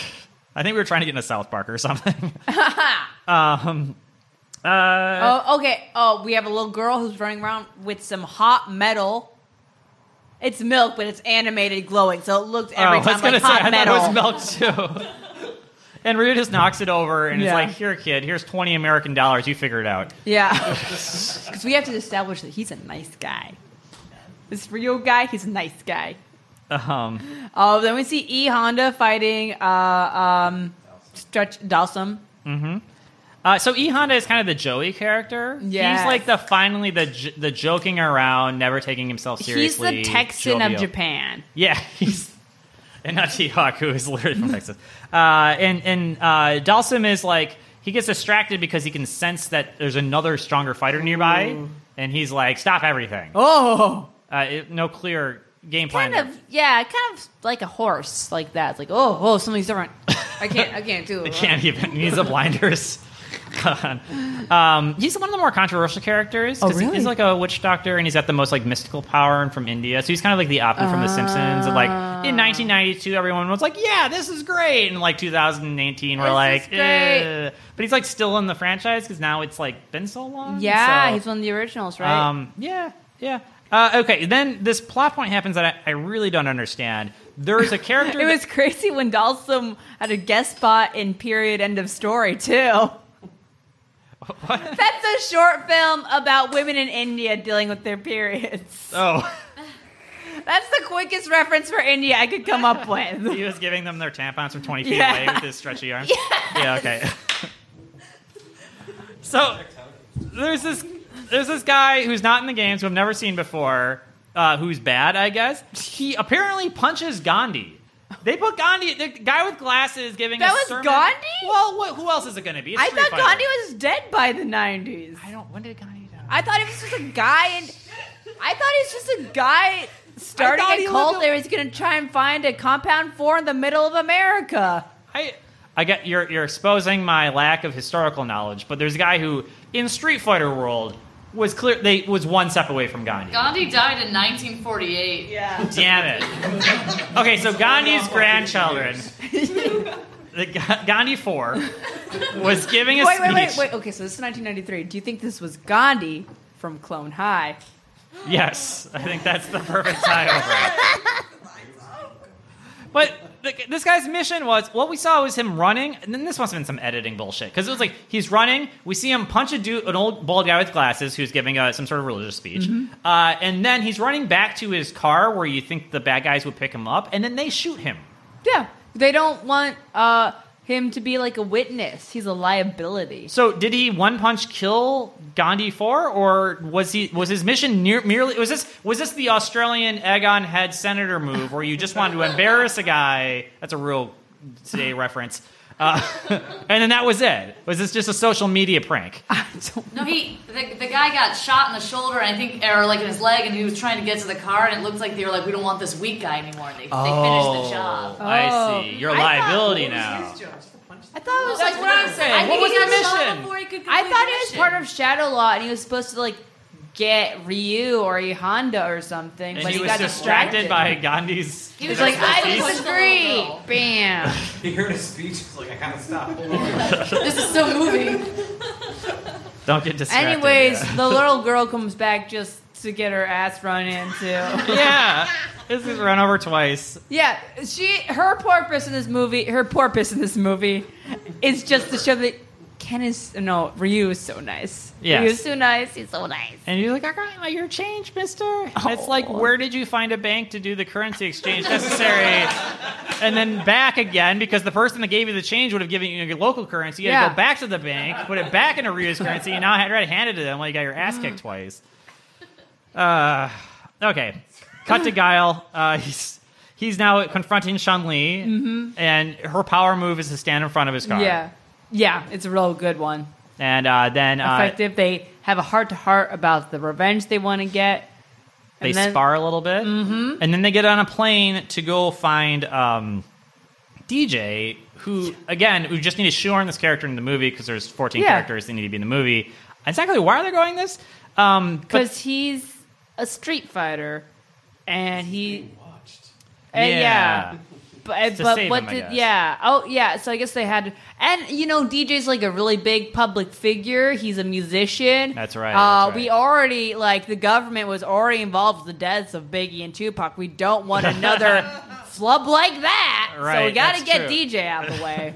Speaker 2: I think we were trying to get into South Park or something.
Speaker 1: Oh, okay. Oh, we have a little girl who's running around with some hot metal. It's milk, but it's animated glowing, so it looks every
Speaker 2: Oh,
Speaker 1: time like hot
Speaker 2: I
Speaker 1: metal.
Speaker 2: thought it was milk too. *laughs* and Ryu just knocks it over and
Speaker 1: Yeah.
Speaker 2: it's like, "Here, kid, here's twenty American dollars. You figure it out." *laughs*
Speaker 1: yeah, because we have to establish that he's a nice guy. This real guy, he's a nice guy.
Speaker 2: Um,
Speaker 1: Oh, then we see E Honda fighting uh, um, Stretch Dalsum.
Speaker 2: uh, so E Honda is kind of the Joey character.
Speaker 1: Yes.
Speaker 2: he's like the finally the j- the joking around, never taking himself
Speaker 1: He's
Speaker 2: seriously.
Speaker 1: the Texan of
Speaker 2: jovial.
Speaker 1: Japan.
Speaker 2: Yeah, *laughs* he's and not T-Hawk, who is literally from Texas. Uh, and and uh, Dalsum is like he gets distracted because he can sense that there's another stronger fighter nearby, and he's like, "Stop everything!"
Speaker 1: Oh,
Speaker 2: Uh, it- no clear game plan.
Speaker 1: kind
Speaker 2: there.
Speaker 1: of. Yeah, kind of like a horse,
Speaker 2: *laughs*
Speaker 1: like that. It's like, oh, oh, something's different. I can't. I can't do it.
Speaker 2: They can't even. He needs the blinders. *laughs* God. Um, he's one of the more controversial characters. 'cause
Speaker 1: Oh,
Speaker 2: he-
Speaker 1: really?
Speaker 2: he's like a witch doctor, and he's got the most like mystical power and from India. So he's kind of like the opposite from The
Speaker 1: Ah.
Speaker 2: Simpsons. Of, like in 1992, everyone was like, "Yeah, this is great," and like 2019, we're
Speaker 1: This is
Speaker 2: like,
Speaker 1: great.
Speaker 2: "Eh." But he's like still in the franchise because now it's like been so long.
Speaker 1: Yeah,
Speaker 2: so-
Speaker 1: he's one of the originals, right?
Speaker 2: um, yeah, yeah. Uh, okay, then this plot point happens that I, I really don't understand. There is a
Speaker 1: *laughs*
Speaker 2: character.
Speaker 1: it was crazy when Dalsum had a guest spot in Period End of Story too. That's a short film about women in India dealing with their periods.
Speaker 2: oh,
Speaker 1: That's the quickest reference for India I could come up with.
Speaker 2: *laughs*
Speaker 1: *laughs*
Speaker 2: he was giving them their tampons from 20 feet
Speaker 1: Yeah.
Speaker 2: away with his stretchy arms. Yeah, okay. *laughs* so there's this there's this guy who's not in the games who I've never seen before, uh, who's bad, I guess. He apparently punches Gandhi. They put Gandhi, the guy with glasses, giving
Speaker 1: That
Speaker 2: a
Speaker 1: was
Speaker 2: sermon.
Speaker 1: Gandhi?
Speaker 2: Well, what, who else is it going to be? It's
Speaker 1: I
Speaker 2: Street
Speaker 1: thought
Speaker 2: Fighter.
Speaker 1: Gandhi was dead by the 90s.
Speaker 2: I don't. When did Gandhi die?
Speaker 1: I thought it was just a guy and I thought he was just a guy starting
Speaker 2: I thought
Speaker 1: a
Speaker 2: he
Speaker 1: cult
Speaker 2: lived a-
Speaker 1: there he's gonna try and find a compound four in the middle of America.
Speaker 2: I I get you're you're exposing my lack of historical knowledge, but there's a guy who in Street Fighter world was clear they was one step away from Gandhi.
Speaker 3: Gandhi died in 1948.
Speaker 5: Yeah.
Speaker 2: Damn it. Okay, so Gandhi's grandchildren, the Ga- Gandhi four, was giving a
Speaker 1: Wait,
Speaker 2: speech.
Speaker 1: wait, wait, wait. Okay, so this is 1993. Do you think this was Gandhi from Clone High?
Speaker 2: Yes, I think that's the perfect tie over. But th- this guy's mission was what we saw was him running, and then this must have been some editing bullshit because it was like he's running. We see him punch a dude, an old bald guy with glasses who's giving uh, some sort of religious speech, uh, and then he's running back to his car where you think the bad guys would pick him up, and then they shoot him.
Speaker 1: Yeah. They don't want uh, him to be like a witness. He's a liability.
Speaker 2: So did he one punch kill Gandhi for, or was he was his mission near, merely was this was this the Australian egg on head senator move where you just wanted to embarrass a guy? That's a real today reference. Uh, *laughs* and then that was it. Was this just a social media prank?
Speaker 3: No, he the, the guy got shot in the shoulder, and I think, or like in his leg, and he was trying to get to the car, and it looked like they were like, we don't want this weak guy anymore. And they, they finished the job.
Speaker 2: Oh, I see. You're a
Speaker 1: I thought-
Speaker 2: liability
Speaker 4: What
Speaker 2: now.
Speaker 4: was his job? Just to punch
Speaker 1: I thought it was
Speaker 3: That's
Speaker 1: like
Speaker 3: what I'm saying. I
Speaker 2: What
Speaker 3: think
Speaker 2: was
Speaker 3: he
Speaker 2: the
Speaker 3: got shot
Speaker 2: mission?
Speaker 3: before he could
Speaker 1: I
Speaker 3: complete
Speaker 1: thought
Speaker 3: the
Speaker 1: he was
Speaker 3: mission.
Speaker 1: part of Shadow Law and he was supposed to like get Ryu or Honda or something,
Speaker 2: And
Speaker 1: but
Speaker 2: he
Speaker 1: he,
Speaker 2: was
Speaker 1: got
Speaker 2: distracted by Gandhi's.
Speaker 3: He
Speaker 1: He's
Speaker 3: was
Speaker 1: like, I
Speaker 3: He's
Speaker 4: *laughs*
Speaker 3: the
Speaker 1: disagree.
Speaker 3: little
Speaker 1: Bam.
Speaker 4: He heard a speech. He's like, I gotta
Speaker 2: *laughs*
Speaker 4: stop. Hold on.
Speaker 3: This is so moving.
Speaker 2: Don't get distracted.
Speaker 1: Anyways,
Speaker 2: Yeah.
Speaker 1: the
Speaker 2: *laughs*
Speaker 1: little girl comes back just to get her ass run into.
Speaker 2: yeah, *laughs* this is run over twice.
Speaker 1: Yeah, she her porpoise in this movie, her porpoise in this movie, is just to show that Ken is no Ryu is so nice.
Speaker 2: Yes.
Speaker 1: Ryu is so nice. He's so nice.
Speaker 2: And you're like, I got my your change, mister. And It's like,
Speaker 1: Oh.
Speaker 2: where did you find a bank to do the currency exchange necessary? and then back again because the person that gave you the change would have given you your local currency. You had to
Speaker 1: Yeah.
Speaker 2: go back to the bank, put it back into Rio's currency, and now I had to hand it to them while you got your ass kicked twice. Uh, okay. Cut to Guile. Uh, he's he's now confronting Shun Li, and her power move is to stand in front of his car.
Speaker 1: Mm-hmm. Yeah, yeah, it's a real good one.
Speaker 2: And uh, then uh,
Speaker 1: Effective. they have a heart to heart about the revenge they want to get.
Speaker 2: They
Speaker 1: And then-
Speaker 2: spar a little bit, mm-hmm. and then they get on a plane to go find um, DJ, who again we just need to shoehorn this character in the movie because there's 14
Speaker 1: Yeah.
Speaker 2: characters that need to be in the movie. Exactly why are they going this? Um, but
Speaker 1: because he's a street fighter, and he,
Speaker 4: Watched.
Speaker 1: uh, yeah. But,
Speaker 2: To
Speaker 1: but
Speaker 2: save
Speaker 1: what
Speaker 2: him, I
Speaker 1: did
Speaker 2: guess.
Speaker 1: yeah oh yeah so I guess they had and you know DJ's like a really big public figure he's a musician
Speaker 2: That's right,
Speaker 1: uh,
Speaker 2: that's
Speaker 1: we
Speaker 2: right.
Speaker 1: already like the government was already involved with the deaths of Biggie and Tupac we don't want another
Speaker 2: *laughs*
Speaker 1: flub like that so we
Speaker 2: Right,
Speaker 1: gotta
Speaker 2: that's
Speaker 1: get
Speaker 2: true.
Speaker 1: DJ out of the
Speaker 2: *laughs*
Speaker 1: way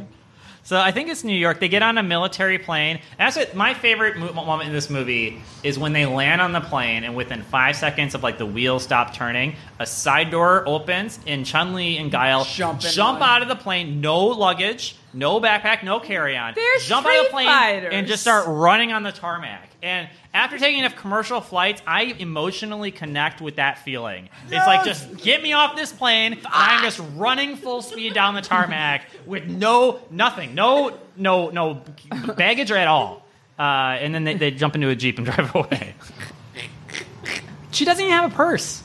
Speaker 2: So I think it's New York. They get on a military plane. And that's what my favorite mo- moment in this movie is when they land on the plane, and within five seconds of like the wheels stop turning, a side door opens, and Chun Li and Guile
Speaker 1: Jump in
Speaker 2: jump
Speaker 1: one.
Speaker 2: out of the plane, no luggage, no backpack, no carry on.
Speaker 1: They're
Speaker 2: jump out of the
Speaker 1: Street
Speaker 2: plane
Speaker 1: Fighters.
Speaker 2: and just start running on the tarmac. And after taking enough commercial flights, I emotionally connect with that feeling. It's like just get me off this plane.
Speaker 1: Ah.
Speaker 2: I'm just running full speed down the tarmac with no nothing, no no no baggage at all. Uh, and then they, they jump into a jeep and *laughs* drive away. she doesn't even have a purse.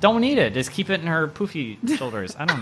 Speaker 2: Don't need it. Just keep it in her poofy shoulders. I don't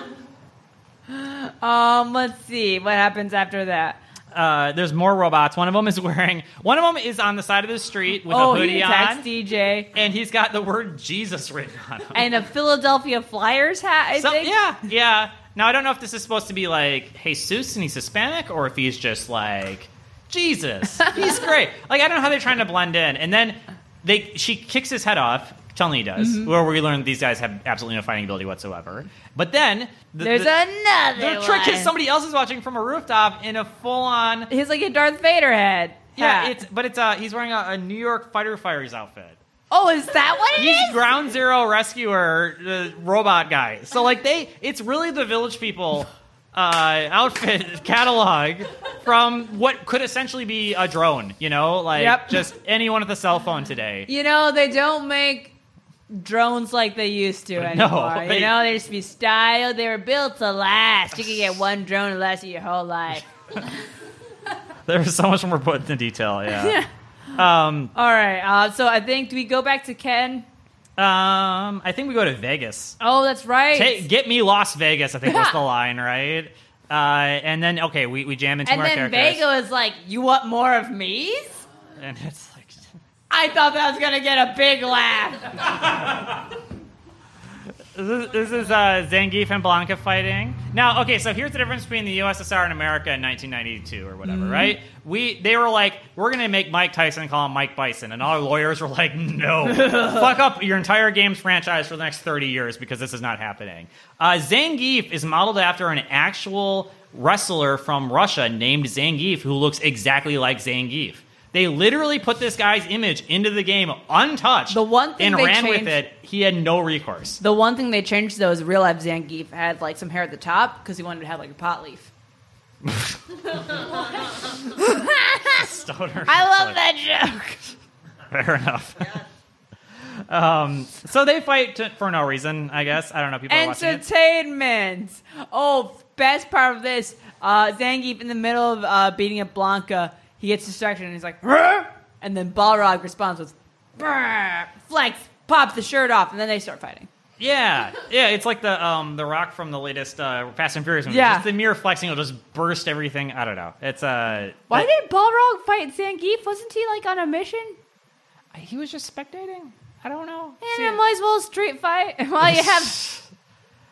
Speaker 2: know.
Speaker 1: um let's see what happens after that
Speaker 2: uh, there's more robots. One of them is *laughs* wearing. One of them is on the side of the street with
Speaker 1: oh,
Speaker 2: a hoodie
Speaker 1: he
Speaker 2: on,
Speaker 1: attacks DJ
Speaker 2: and he's got the word Jesus written on him.
Speaker 1: and a Philadelphia Flyers hat. I
Speaker 2: Some-
Speaker 1: think.
Speaker 2: yeah, yeah. Now I don't know if this is supposed to be like Jesus and he's Hispanic, or if he's just like Jesus.
Speaker 1: *laughs*
Speaker 2: He's great. Like I don't know how they're trying to blend in. And then they she kicks his head off. Tell me he does.
Speaker 1: Mm-hmm.
Speaker 2: Where we learn these guys have absolutely no fighting ability whatsoever. But then the,
Speaker 1: There's
Speaker 2: the,
Speaker 1: another.
Speaker 2: the trick is
Speaker 1: one.
Speaker 2: somebody else is watching from a rooftop in a full on.
Speaker 1: He's like a Darth Vader head.
Speaker 2: Yeah,
Speaker 1: hat.
Speaker 2: it's but it's uh he's wearing a, a New York fighter fires outfit.
Speaker 1: Oh, is that what it is?
Speaker 2: He's ground zero rescuer, the robot guy. So like they, it's really the
Speaker 1: *laughs*
Speaker 2: village people uh, outfit catalog from what could essentially be a drone. You know, like
Speaker 1: Yep.
Speaker 2: just anyone with a cell phone today.
Speaker 1: You know, they don't make drones like they used to anymore.
Speaker 2: they-
Speaker 1: you know, they used to be styled. They were built to last. You could get one drone to last you your whole life.
Speaker 2: There's so much more put into detail.
Speaker 1: *laughs*
Speaker 2: Yeah. Um,
Speaker 1: All right. Uh, so I think do we go back to Ken?
Speaker 2: um, I think we go to Vegas.
Speaker 1: Oh, that's right.
Speaker 2: Ta get me Las Vegas. I think
Speaker 1: *laughs*
Speaker 2: was the line, right? Uh, and then okay, we, we jam into
Speaker 1: and
Speaker 2: more
Speaker 1: then
Speaker 2: characters,
Speaker 1: Vago is like, "You want more of me?"
Speaker 2: and it's like. *laughs*
Speaker 1: I thought that was gonna get a big laugh.
Speaker 2: This is, this is uh, Zangief and Blanca fighting. Now, okay, so here's the difference between the USSR and America in 1992 or whatever,
Speaker 1: Mm-hmm.
Speaker 2: right? We they were like, we're gonna make Mike Tyson call him Mike Bison, and all our lawyers were
Speaker 1: *laughs*
Speaker 2: like, no, fuck up your entire game's franchise for the next 30 years because this is not happening. Uh, Zangief is modeled after an actual wrestler from Russia named Zangief who looks exactly like Zangief. They literally put this guy's image into the game untouched.
Speaker 1: The one thing
Speaker 2: and
Speaker 1: they
Speaker 2: ran with
Speaker 1: changed-
Speaker 2: it. He had no recourse.
Speaker 1: *laughs* The one thing they changed though is real life Zangief had like some hair at the top because he wanted to have like a pot leaf.
Speaker 2: Stoner.
Speaker 1: *laughs* I love that joke.
Speaker 2: Fair enough. um, so they fight to, for no reason, I guess. I don't know. People are watching it.
Speaker 1: Entertainment. Oh, best part of this. Uh, Zangief in the middle of uh, beating up Blanca, he gets distracted and he's like, "Rrr!" and then Balrog responds with, "Brrr." flex, pops the shirt off, and then they start fighting.
Speaker 2: Yeah, yeah. It's like the um, the Rock from the latest uh, Fast and Furious movie.
Speaker 1: Yeah.
Speaker 2: Just the mere flexing will just burst everything. I don't know. It's uh,
Speaker 1: Why
Speaker 2: it-
Speaker 1: did Balrog fight Zangief? Wasn't he like on a mission?
Speaker 2: he was just spectating? I don't know. See,
Speaker 1: And it might as well street fight *laughs* while you have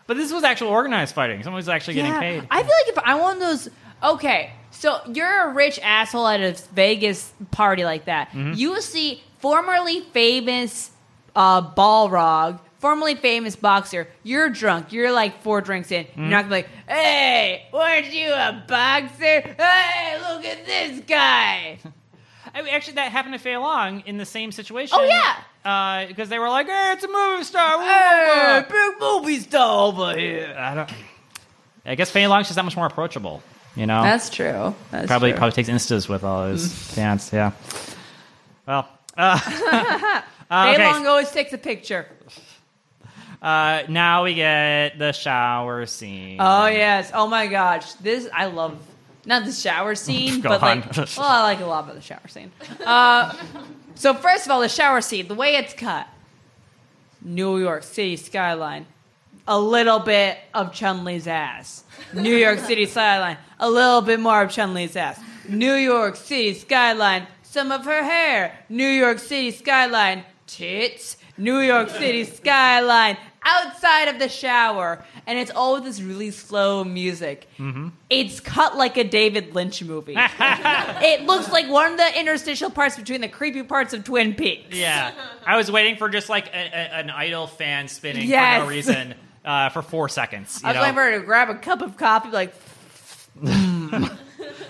Speaker 2: but this was actual organized fighting. Someone was actually getting paid.
Speaker 1: I feel like if I want those, okay. So you're a rich asshole at a Vegas party like that.
Speaker 2: Mm-hmm.
Speaker 1: You will see formerly famous uh, Balrog, formerly famous boxer. You're drunk. You're like four drinks in. You're
Speaker 2: Mm-hmm.
Speaker 1: not gonna be like, hey, weren't you a boxer? Hey, look at this guy.
Speaker 2: I mean, actually, that happened to Fei Long in the same situation.
Speaker 1: Oh, yeah.
Speaker 2: because they were like, "Hey, it's a movie star." woo, woo,
Speaker 1: Hey,
Speaker 2: woo."
Speaker 1: big movie star over here.
Speaker 2: I don't. I guess Fanny Long's just that much more approachable. You know,
Speaker 1: That's true. That's
Speaker 2: probably
Speaker 1: true. Mm.
Speaker 2: probably takes instas with all his fans. Yeah. Well, *laughs* uh,
Speaker 1: *laughs*
Speaker 2: uh,
Speaker 1: Fei
Speaker 2: okay.
Speaker 1: Long always takes a picture.
Speaker 2: uh, now we get the shower scene.
Speaker 1: Oh yes! Oh my gosh! This I love. Not the shower scene,
Speaker 2: Go
Speaker 1: but like,
Speaker 2: on.
Speaker 1: well, I like a lot about the shower scene. Uh, so first of all, the shower scene, the way it's cut, New York City skyline, a little bit of Chun Li's ass, New York City skyline, a little bit more of Chun Li's ass, New York City skyline, some of her hair, New York City skyline, tits, New York City skyline, outside of the shower, and it's all with this really slow music. It's cut like a David Lynch movie. *laughs* it looks like one of the interstitial parts between the creepy parts of Twin Peaks.
Speaker 2: Yeah, I was waiting for just like a, a, an idle fan spinning for
Speaker 1: Yes.
Speaker 2: no reason uh, for four seconds.
Speaker 1: *laughs*
Speaker 2: You
Speaker 1: I was
Speaker 2: know?
Speaker 1: waiting for her to grab a cup of coffee, like,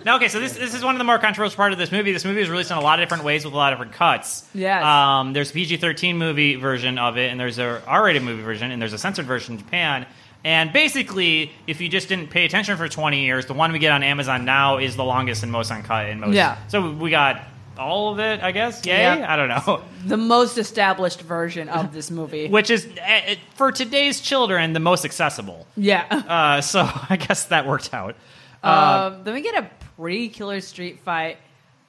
Speaker 2: Now, okay, so this this is one of the more controversial part of this movie. This movie was released in a lot of different ways with a lot of different cuts.
Speaker 1: Yes.
Speaker 2: Um, there's PG thirteen movie version of it, and there's a R rated movie version, and there's a censored version in Japan. And basically, if you just didn't pay attention for twenty years, the one we get on Amazon now is the longest and most uncut and most.
Speaker 1: Yeah.
Speaker 2: So we got all of it, I guess. Yay!
Speaker 1: Yeah.
Speaker 2: I don't know. *laughs*
Speaker 1: the most established version of this movie.
Speaker 2: Which is eh, eh, for today's children the most accessible.
Speaker 1: yeah.
Speaker 2: Uh, so *laughs* I guess that worked out. Uh,
Speaker 1: um, then we get a pretty killer street fight.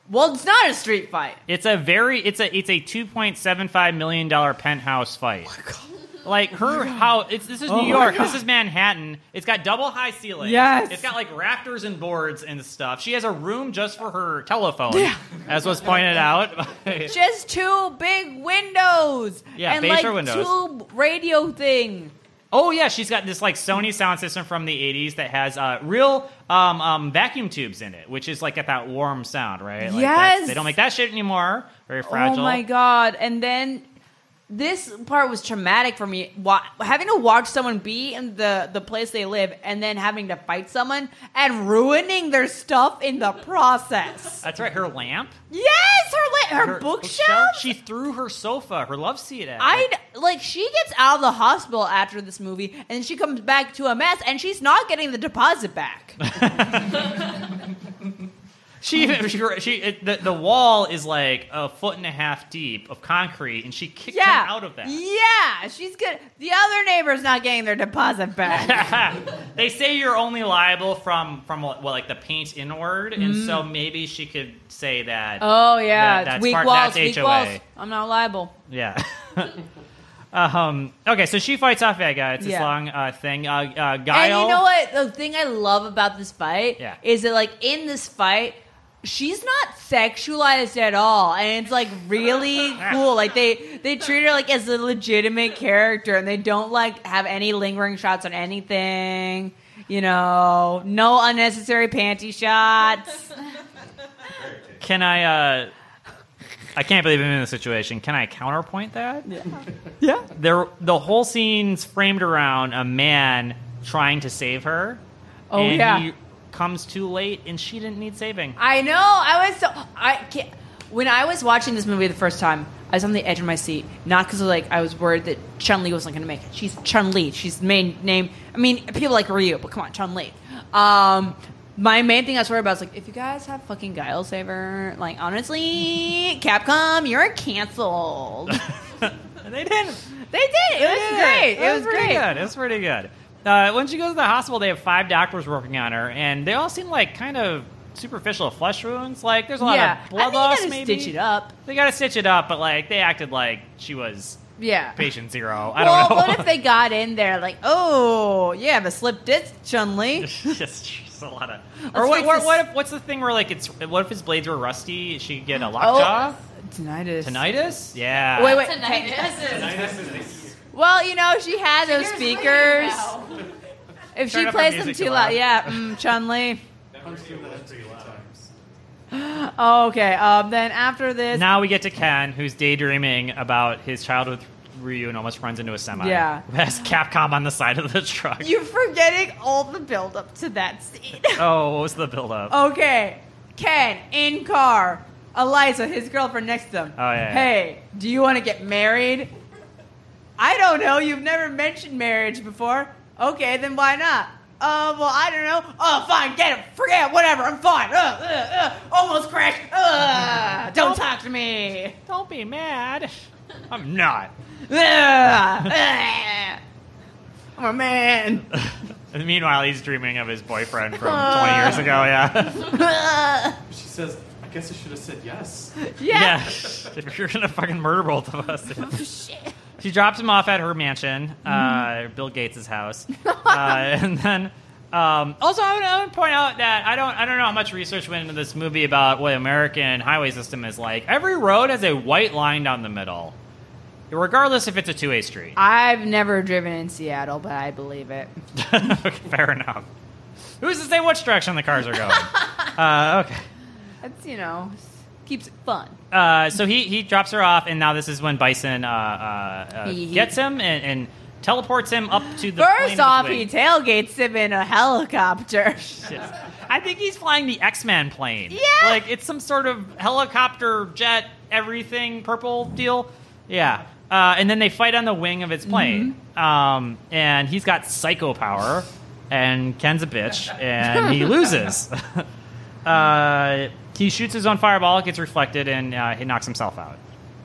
Speaker 1: Well, it's not a street fight. Oh
Speaker 2: It's a very it's a it's a two point seven five million dollar penthouse fight. like her house. It's this is
Speaker 6: Oh
Speaker 2: New
Speaker 6: my
Speaker 2: York. This is Manhattan. It's got double high ceilings.
Speaker 6: Yes.
Speaker 2: It's got like rafters and boards and stuff. She has a room just for her telephone, as was pointed out. *laughs*
Speaker 1: Just two big windows.
Speaker 2: Yeah,
Speaker 1: and
Speaker 2: base
Speaker 1: like
Speaker 2: or windows.
Speaker 1: two radio thing.
Speaker 2: oh yeah, she's got this like Sony sound system from the '80s that has uh, real um, um, vacuum tubes in it, which is like got that warm sound, right? Like, that's-
Speaker 1: Yes.
Speaker 2: They don't make that shit anymore. Very fragile.
Speaker 1: Oh my god! And then this part was traumatic for me. Wa- having to watch someone be in the the place they live, and then having to fight someone and ruining their stuff in the process.
Speaker 2: That's right. Her lamp.
Speaker 1: yes, her la- her, bookshelf.
Speaker 2: She threw her sofa, her love seat at.
Speaker 1: I like she gets out of the hospital after this movie, and then she comes back to a mess, and she's not getting the deposit
Speaker 2: *laughs*
Speaker 1: back.
Speaker 2: She, *laughs* she, she it, the, the wall is like a foot and a half deep of concrete, and she kicked
Speaker 1: yeah,
Speaker 2: him out of that.
Speaker 1: Yeah, she's good. The other neighbor's not getting their deposit back.
Speaker 2: *laughs* *laughs* they say you're only liable from from what, what like the paint inward, and so maybe she could say
Speaker 1: Mm.
Speaker 2: that.
Speaker 1: Oh yeah,
Speaker 2: That- that's
Speaker 1: it's weak
Speaker 2: part-
Speaker 1: walls,
Speaker 2: that's
Speaker 1: weak
Speaker 2: HOA.
Speaker 1: walls. I'm not liable.
Speaker 2: Yeah. *laughs* um. Okay, so she fights off that guy. It's this
Speaker 1: Yeah.
Speaker 2: long uh, thing. Uh, uh,
Speaker 1: And
Speaker 2: Guile.
Speaker 1: you know what? The thing I love about this fight
Speaker 2: Yeah.
Speaker 1: is that, like, in this fight, she's not sexualized at all, and it's like really cool. Like they they treat her like as a legitimate character, and they don't like have any lingering shots on anything. You know, no unnecessary panty shots.
Speaker 2: Can I? Uh, I can't believe I'm in this situation. Can I counterpoint that? Yeah.
Speaker 6: Yeah.
Speaker 2: There, the whole scene's framed around a man trying to save her.
Speaker 1: Oh,
Speaker 2: and
Speaker 1: yeah.
Speaker 2: He comes too late, and she didn't need saving.
Speaker 1: I know. I was so. I can't, when I was watching this movie the first time, I was on the edge of my seat, not because like I was worried that Chun Li wasn't going to make it. She's Chun Li. She's main name. I mean, people like Ryu, but come on, Chun Li. Um, my main thing I was worried about was like, if you guys have fucking Guile Saver, like
Speaker 2: *laughs*
Speaker 1: honestly, Capcom, you're canceled.
Speaker 2: And *laughs* they didn't.
Speaker 1: they did. It was great. It was
Speaker 2: pretty
Speaker 1: great.
Speaker 2: good. It was pretty good. Uh, when she goes to the hospital, they have five doctors working on her, and they all seem like kind of superficial flesh wounds. Like there's a lot
Speaker 1: Yeah,
Speaker 2: of blood
Speaker 1: I think
Speaker 2: loss.
Speaker 1: you gotta
Speaker 2: maybe
Speaker 1: stitch it up.
Speaker 2: They got to stitch it up, but like they acted like she was
Speaker 1: Yeah.
Speaker 2: patient zero. I
Speaker 1: well,
Speaker 2: don't know.
Speaker 1: what if they got in there like, oh, you have a slip disc, Chun
Speaker 2: *laughs*
Speaker 1: Li?
Speaker 2: just, just a lot of. Or what,
Speaker 1: fix
Speaker 2: what,
Speaker 1: this.
Speaker 2: what if, what's the thing where like it's what if his blades were rusty? She could get a lockjaw,
Speaker 1: Oh. tinnitus.
Speaker 2: tinnitus. Yeah.
Speaker 1: Wait, wait.
Speaker 3: *laughs* Tonight,
Speaker 1: can-
Speaker 3: yes, it's-
Speaker 1: Well, you know, she had those
Speaker 3: Here's me
Speaker 1: speakers.
Speaker 3: now.
Speaker 1: If
Speaker 2: Turn
Speaker 1: she
Speaker 2: up
Speaker 1: plays
Speaker 2: the
Speaker 1: them
Speaker 2: music
Speaker 1: too
Speaker 2: too
Speaker 1: loud,
Speaker 2: loud.
Speaker 1: yeah,
Speaker 2: *laughs*
Speaker 1: mm, Chun Li.
Speaker 4: pretty times.
Speaker 1: Oh, okay. Um, then after this,
Speaker 2: Now we get to Ken, who's daydreaming about his childhood with Ryu and almost runs into a semi.
Speaker 1: Yeah.
Speaker 2: Who Has Capcom on the side of the truck.
Speaker 1: you're forgetting all the build up to that scene. *laughs*
Speaker 2: oh, what was the buildup?
Speaker 1: okay, Ken in car. Eliza, his girlfriend next to them.
Speaker 2: Oh, yeah, yeah.
Speaker 1: Hey, do you want to get married? I don't know. You've never mentioned marriage before. Okay, then why not? Uh, well, I don't know. Oh, fine, get it, forget, it, whatever. I'm fine. Uh, uh, uh, almost crashed. Uh, don't
Speaker 2: Oh.
Speaker 1: talk to me.
Speaker 2: Don't be mad. I'm not. *laughs*
Speaker 1: Ugh, ugh. uh. I'm a
Speaker 2: *laughs*
Speaker 1: man.
Speaker 2: And meanwhile, he's dreaming of his boyfriend
Speaker 1: *laughs*
Speaker 2: from 20 years ago. Yeah.
Speaker 1: Ugh.
Speaker 4: She says, I guess I should have said
Speaker 2: *laughs*
Speaker 4: yes.
Speaker 1: yeah. Oh,
Speaker 2: If you're gonna fucking murder both
Speaker 1: *laughs*
Speaker 2: of us.
Speaker 1: Shit.
Speaker 2: She drops him off at her mansion, uh, Bill
Speaker 1: *laughs*
Speaker 2: Gates' house, uh, and then. Um, also, I would, I would point out that I don't I don't know how much research went into this movie about what the American highway system is like. Every road has a white line down the middle, regardless if it's a two way street. *laughs*
Speaker 1: I've never driven in Seattle, but I believe it.
Speaker 2: Okay, Fair enough. Who's to say which direction the cars
Speaker 1: *laughs*
Speaker 2: are going? uh, okay.
Speaker 1: That's you know keeps it fun.
Speaker 2: Uh, so he, he drops her off, and now this is when Bison uh, uh, uh,
Speaker 1: He- he-
Speaker 2: gets him and, and teleports him up to the. plane
Speaker 1: First
Speaker 2: with
Speaker 1: off,
Speaker 2: wings.
Speaker 1: he tailgates him in a *laughs* helicopter.
Speaker 2: Yes. I think he's flying the X Men plane.
Speaker 1: Yeah.
Speaker 2: Like it's some sort of helicopter, jet, everything, purple deal. Yeah. Uh, and then they fight on the wing of his plane.
Speaker 1: Mm-hmm.
Speaker 2: Um, and he's got psycho power, and Ken's a bitch,
Speaker 1: *laughs*
Speaker 2: and he loses. *laughs* uh, he shoots his own fireball, it gets reflected, and uh, he knocks himself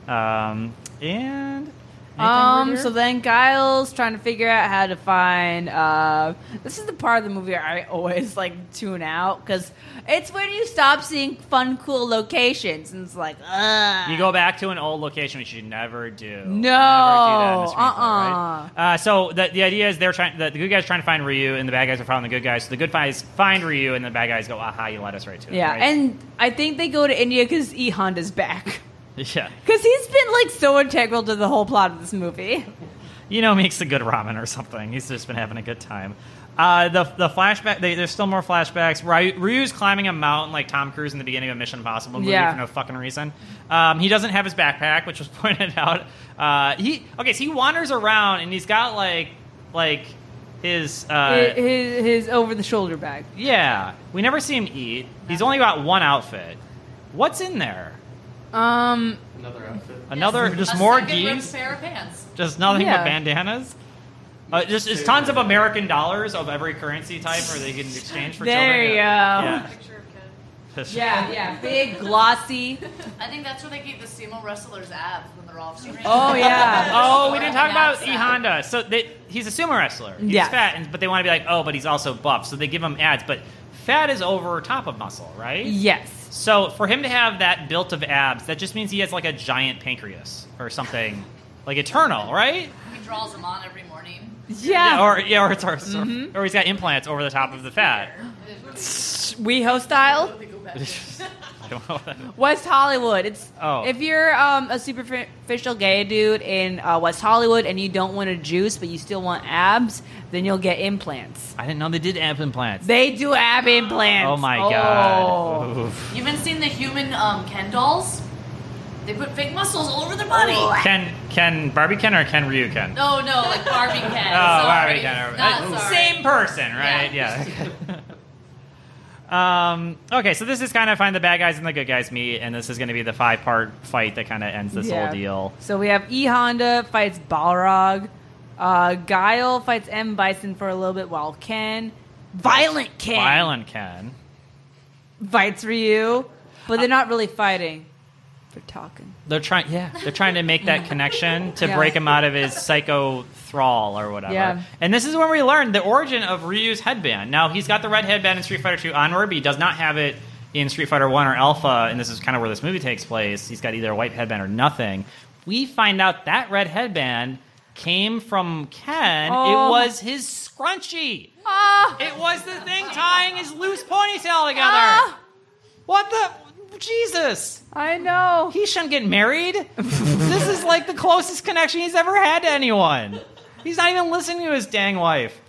Speaker 2: out. Um, and
Speaker 1: Um.
Speaker 2: weird
Speaker 1: So then Giles trying to figure out how to find. Uh, this is the part of the movie I always like tune out because it's when you stop seeing fun, cool locations, and it's like, ugh.
Speaker 2: You go back to an old location, which you never do. No,
Speaker 1: uh-uh.
Speaker 2: uh, so the, the idea is they're trying. The, the good guys trying to find Ryu, and the bad guys are following the good guys. So the good guys find Ryu, and the bad guys go, "Aha! You led us right to it."
Speaker 1: Yeah,
Speaker 2: right?
Speaker 1: and I think they go to India because E Honda's back.
Speaker 2: *laughs*
Speaker 1: *laughs*
Speaker 2: yeah,
Speaker 1: Because he's been like so integral to the whole plot of this movie.
Speaker 2: you know, makes a good ramen or something. He's just been having a good time. Uh, the the flashback. They, there's still more flashbacks. Ryu, Ryu's climbing a mountain like Tom Cruise in the beginning of Mission Impossible movie
Speaker 1: Yeah.
Speaker 2: for no fucking reason. Um, he doesn't have his backpack, which was *laughs* pointed out. Uh, he okay, so he wanders around and he's got like like his uh,
Speaker 1: his, his over the shoulder bag.
Speaker 2: yeah. We never see him eat. He's only got one outfit. What's in there?
Speaker 1: Um,
Speaker 4: Another outfit.
Speaker 2: Another
Speaker 3: Yes,
Speaker 2: just
Speaker 3: a
Speaker 2: more
Speaker 3: second ripped
Speaker 2: geese.
Speaker 3: pair of pants.
Speaker 2: Just nothing
Speaker 1: Yeah.
Speaker 2: but bandanas. Uh, just it's tons of American dollars of every currency type, or they can exchange for.
Speaker 1: There
Speaker 2: children.
Speaker 1: you
Speaker 2: Yeah.
Speaker 5: Picture of Ken.
Speaker 1: yeah, yeah, big glossy.
Speaker 3: I think that's where they keep the sumo wrestlers' abs when they're off screen.
Speaker 1: Oh,
Speaker 3: *laughs*
Speaker 1: yeah.
Speaker 2: Oh, we didn't talk about E
Speaker 3: Knapsack.
Speaker 2: Honda. So they, he's a sumo wrestler. He's
Speaker 1: Yes.
Speaker 2: fat, and, but they want to be like, oh, but he's also buff. So they give him ads, but fat is over top of muscle, right?
Speaker 1: Yes.
Speaker 2: So for him to have that built of abs, that just means he has like a giant pancreas or something, like eternal, right?
Speaker 3: He draws them on every morning.
Speaker 1: Yeah. Mm-hmm.
Speaker 2: Or yeah, or, it's, or, or he's got implants over the top of the fat.
Speaker 1: WeHo style,
Speaker 3: They go back to-
Speaker 2: I don't know what that
Speaker 1: West Hollywood. It's
Speaker 2: Oh.
Speaker 1: if you're um, a superficial gay dude in uh, West Hollywood and you don't want a juice but you still want abs, then you'll get implants.
Speaker 2: I didn't know they did ab implants.
Speaker 1: They Oh. do ab implants.
Speaker 2: oh my
Speaker 1: Oh.
Speaker 2: god. Oof.
Speaker 3: You haven't seen the human um, Ken dolls? They put fake muscles all over their body. Oh,
Speaker 2: Ken Ken Barbie Ken or Ken Ryu Ken?
Speaker 3: no,
Speaker 2: *laughs*
Speaker 3: like Barbie Ken.
Speaker 2: Oh, Barbie
Speaker 3: sorry.
Speaker 2: Ken.
Speaker 3: Not
Speaker 2: Uh,
Speaker 3: sorry.
Speaker 2: Same person, right?
Speaker 3: Yeah.
Speaker 2: Yeah. *laughs* um, okay, so this is kind of find the bad guys and the good guys meet, and this is going to be the five part fight that kind of ends this
Speaker 1: Yeah.
Speaker 2: whole deal.
Speaker 1: So we have E Honda fights Balrog. Uh, Guile fights M Bison for a little bit while Ken, violent Ken,
Speaker 2: Violent Ken.
Speaker 1: fights Ryu, but they're not really fighting. They're talking.
Speaker 2: They're trying, yeah. They're trying to
Speaker 1: *laughs*
Speaker 2: make that connection to
Speaker 1: Yeah.
Speaker 2: break him out of his psycho thrall or whatever.
Speaker 1: Yeah.
Speaker 2: And this is when we learn the origin of Ryu's headband. Now he's got the red headband in Street Fighter Two onward, but he does not have it in Street Fighter One or Alpha. And this is kind of where this movie takes place. He's got either a white headband or nothing. We find out that red headband came from Ken.
Speaker 1: Oh.
Speaker 2: It was his scrunchie.
Speaker 1: Ah,
Speaker 2: It was the thing tying his loose ponytail together.
Speaker 1: Ah.
Speaker 2: What the Jesus?
Speaker 1: I know.
Speaker 2: He shouldn't get married. this is like the closest connection he's ever had to anyone. He's not even listening to his dang wife.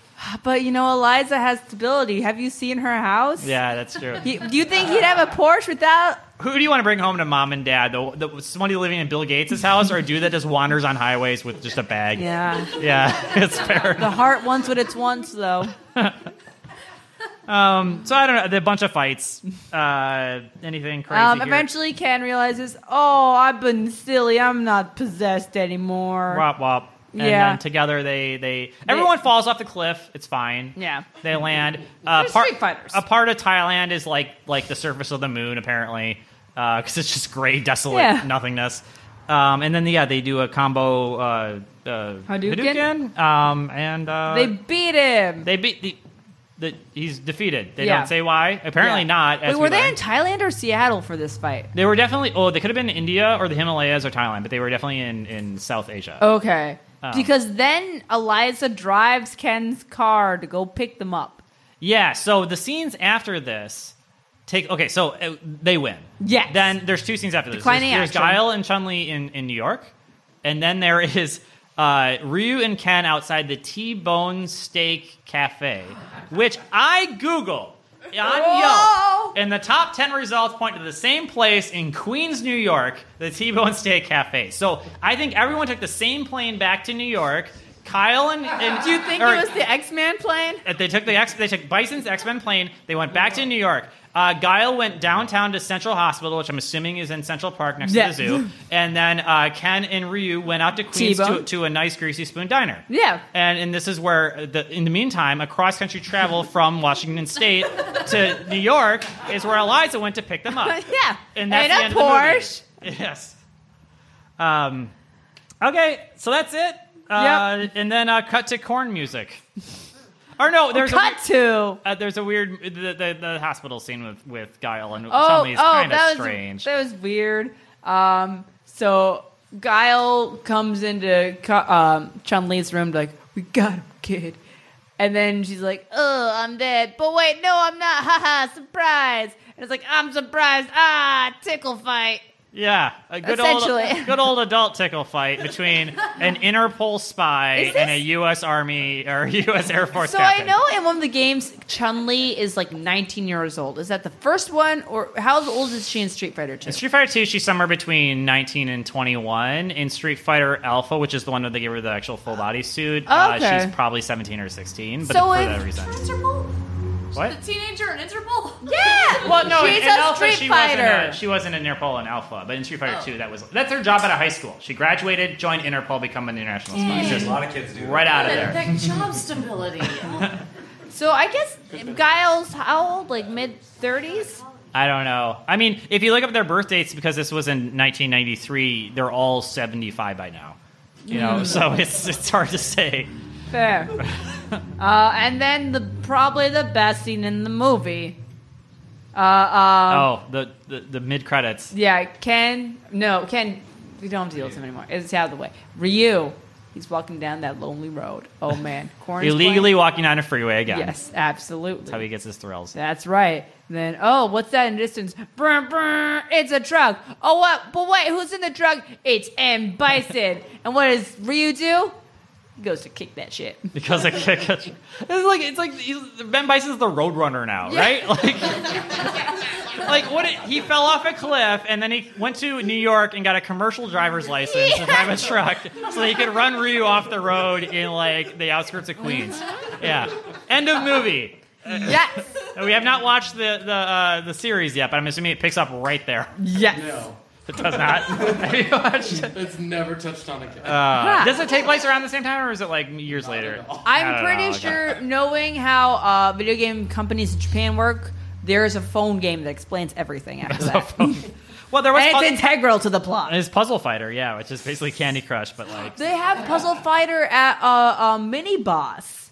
Speaker 1: But you know, Eliza has stability. Have you seen her house?
Speaker 2: Yeah, that's true.
Speaker 1: He- do you think he'd have a Porsche without?
Speaker 2: Who do you want to bring home to mom and dad? The, the somebody living in Bill Gates' house, or a dude that just wanders on highways with just a bag?
Speaker 1: Yeah.
Speaker 2: yeah, *laughs* it's fair.
Speaker 1: The heart wants what it's wants,
Speaker 2: *laughs*
Speaker 1: though.
Speaker 2: So I don't know. The bunch of fights. Uh, anything crazy?
Speaker 1: Um,
Speaker 2: here?
Speaker 1: eventually, Ken realizes, oh, I've been silly. I'm not possessed anymore.
Speaker 2: Wop wop. And
Speaker 1: Yeah.
Speaker 2: then together they they everyone falls off the cliff. It's fine.
Speaker 1: Yeah.
Speaker 2: They land. Uh,
Speaker 1: They're Street Fighters.
Speaker 2: A part of Thailand is like like the surface of the moon, apparently, because it's just gray, desolate
Speaker 1: Yeah.
Speaker 2: nothingness. Um, and then yeah, they do a combo uh, uh,
Speaker 1: Hadouken?
Speaker 2: Hadouken, um, and uh,
Speaker 1: They beat him.
Speaker 2: they beat the, the he's defeated. They
Speaker 1: Yeah.
Speaker 2: don't say why. Apparently
Speaker 1: Yeah.
Speaker 2: not.
Speaker 1: Wait,
Speaker 2: as
Speaker 1: were
Speaker 2: we
Speaker 1: they
Speaker 2: learned.
Speaker 1: in Thailand or Seattle for this fight?
Speaker 2: They were definitely. Oh, they could have been in India or the Himalayas or Thailand, but they were definitely in in South Asia.
Speaker 1: Okay.
Speaker 2: Oh.
Speaker 1: Because then Eliza drives Ken's car to go pick them up.
Speaker 2: Yeah. So the scenes after this take. Okay. So uh, they win.
Speaker 1: Yes.
Speaker 2: Then there's two scenes after this.
Speaker 1: Declining
Speaker 2: there's there's
Speaker 1: action.
Speaker 2: Guile and Chun Li in in New York, and then there *laughs* is. Uh, Ryu and Ken outside the T-Bone Steak Cafe, which I Google on
Speaker 1: Whoa!
Speaker 2: Yelp, and the top ten results point to the same place in Queens, New York, the T-Bone Steak Cafe. So I think everyone took the same plane back to New York. Kyle and, and
Speaker 1: Do you think
Speaker 2: or-
Speaker 1: it was the X Man plane?
Speaker 2: uh, They took the X. They took Bison's X Men plane. They went back to New York. Uh, Guile went downtown to Central Hospital, which I'm assuming is in Central Park next
Speaker 1: Yeah.
Speaker 2: to the zoo. And then uh, Ken and Ryu went out to Queens to,
Speaker 1: T-bone.
Speaker 2: to a nice greasy spoon diner.
Speaker 1: Yeah.
Speaker 2: And and this is where uh, the in the meantime, a cross country travel from Washington State to New York is where Eliza went to pick
Speaker 1: *laughs*
Speaker 2: them up.
Speaker 1: yeah.
Speaker 2: And that's
Speaker 1: In
Speaker 2: the
Speaker 1: a
Speaker 2: end
Speaker 1: Porsche.
Speaker 2: Of the movie. Yes. Um, Okay, so that's it. Uh, And then uh, cut to corn music. or no, there's a
Speaker 1: Cut to.
Speaker 2: Uh, there's a weird the, the, the hospital scene with with Guile and
Speaker 1: Oh,
Speaker 2: suddenly
Speaker 1: oh,
Speaker 2: it's kind of
Speaker 1: that was
Speaker 2: strange.
Speaker 1: that was weird. Um, so Guile comes into Cu- um, Chun Li's room, like, "We got him, kid," and then she's like, "Oh, I'm dead." But wait, no, I'm not. Ha ha! Surprise! And it's like, "I'm surprised." Ah, tickle fight.
Speaker 2: yeah, a good
Speaker 1: Essentially.
Speaker 2: old *laughs* good old adult tickle fight between
Speaker 1: *laughs*
Speaker 2: an Interpol spy
Speaker 1: Is
Speaker 2: and a
Speaker 1: this-
Speaker 2: U.S. Army or *laughs* U.S. Air Force.
Speaker 1: So I
Speaker 2: captain.
Speaker 1: know in one of the games, Chun Li is like 19 years old. Is that the first one, or how old is she in Street Fighter Two?
Speaker 2: In Street Fighter 2, she's somewhere between 19 and 21. In Street Fighter Alpha, which is the one that they gave her the actual full body suit,
Speaker 1: Okay.
Speaker 2: uh, she's probably 17 or 16, but
Speaker 1: So
Speaker 2: for
Speaker 1: if-
Speaker 2: that reason.
Speaker 3: Interpol?
Speaker 2: What?
Speaker 3: The teenager in
Speaker 7: *laughs*
Speaker 3: Interpol?
Speaker 1: Yeah.
Speaker 2: Well, no,
Speaker 1: she's
Speaker 2: in, in
Speaker 1: a
Speaker 2: Alpha,
Speaker 1: Street
Speaker 2: she
Speaker 1: Fighter.
Speaker 2: wasn't. A, she wasn't in Interpol in Alpha, but in Street Fighter
Speaker 3: Oh.
Speaker 2: 2, that was that's her job out of high school. She graduated, joined Interpol, become an international spy.
Speaker 3: Yay.
Speaker 2: It's
Speaker 6: A
Speaker 2: Just
Speaker 6: lot of kids do that.
Speaker 2: right out of
Speaker 3: That,
Speaker 2: there. *laughs*
Speaker 3: that job stability.
Speaker 1: So I guess Guile's how old? Like mid thirties.
Speaker 2: I don't know. I mean, if you look up their birth dates, because this was in 1993, they're all 75 by now. You
Speaker 1: Hmm.
Speaker 2: know, so it's it's hard to say.
Speaker 1: Fair. *laughs* uh, and then the probably the best scene in the movie. Uh, um,
Speaker 2: Oh, the the, the mid credits.
Speaker 1: Yeah, Ken. No, Ken. We don't have to deal with him anymore. It's out of the way. Ryu. He's walking down that lonely road. Oh man, Corn's
Speaker 2: illegally walking down a freeway again.
Speaker 1: Playing. Yes, absolutely.
Speaker 2: That's how he gets his thrills.
Speaker 1: That's right. Then, oh, what's that in the distance? Brr, brr, it's a truck. Oh, what? But wait, who's in the truck? It's M.
Speaker 2: *laughs*
Speaker 1: Bison. and what does Ryu do? He goes to kick that
Speaker 2: *laughs*
Speaker 1: shit.
Speaker 2: Because I kick It's like it's like he's, Ben Bison's the roadrunner now,
Speaker 1: Yeah.
Speaker 2: right? *laughs* Like, like what? It, he fell off a cliff and then he went to New York and got a commercial driver's license to drive a truck so that he could run Ryu off the road in like the outskirts of Queens. Yeah. End of movie.
Speaker 1: Yes.
Speaker 2: We have not watched the the uh, the series yet, but I'm assuming it picks up right there.
Speaker 1: Yes.
Speaker 4: No,
Speaker 2: It does not. *laughs* have you watched it?
Speaker 4: it's never touched on again.
Speaker 2: Uh, does it take place around the same time, or is it like years later? *laughs*
Speaker 4: all.
Speaker 2: I don't
Speaker 1: I'm
Speaker 2: know,
Speaker 1: pretty
Speaker 2: okay.
Speaker 1: sure, knowing how uh, video game companies in Japan work, there is a phone game that explains everything after that. *laughs*
Speaker 2: Well, there was
Speaker 1: And
Speaker 2: pu- *laughs*
Speaker 1: it's integral to the plot.
Speaker 2: his Puzzle Fighter, yeah, which is basically Candy Crush, but like
Speaker 1: They have Puzzle Fighter at a, a mini boss.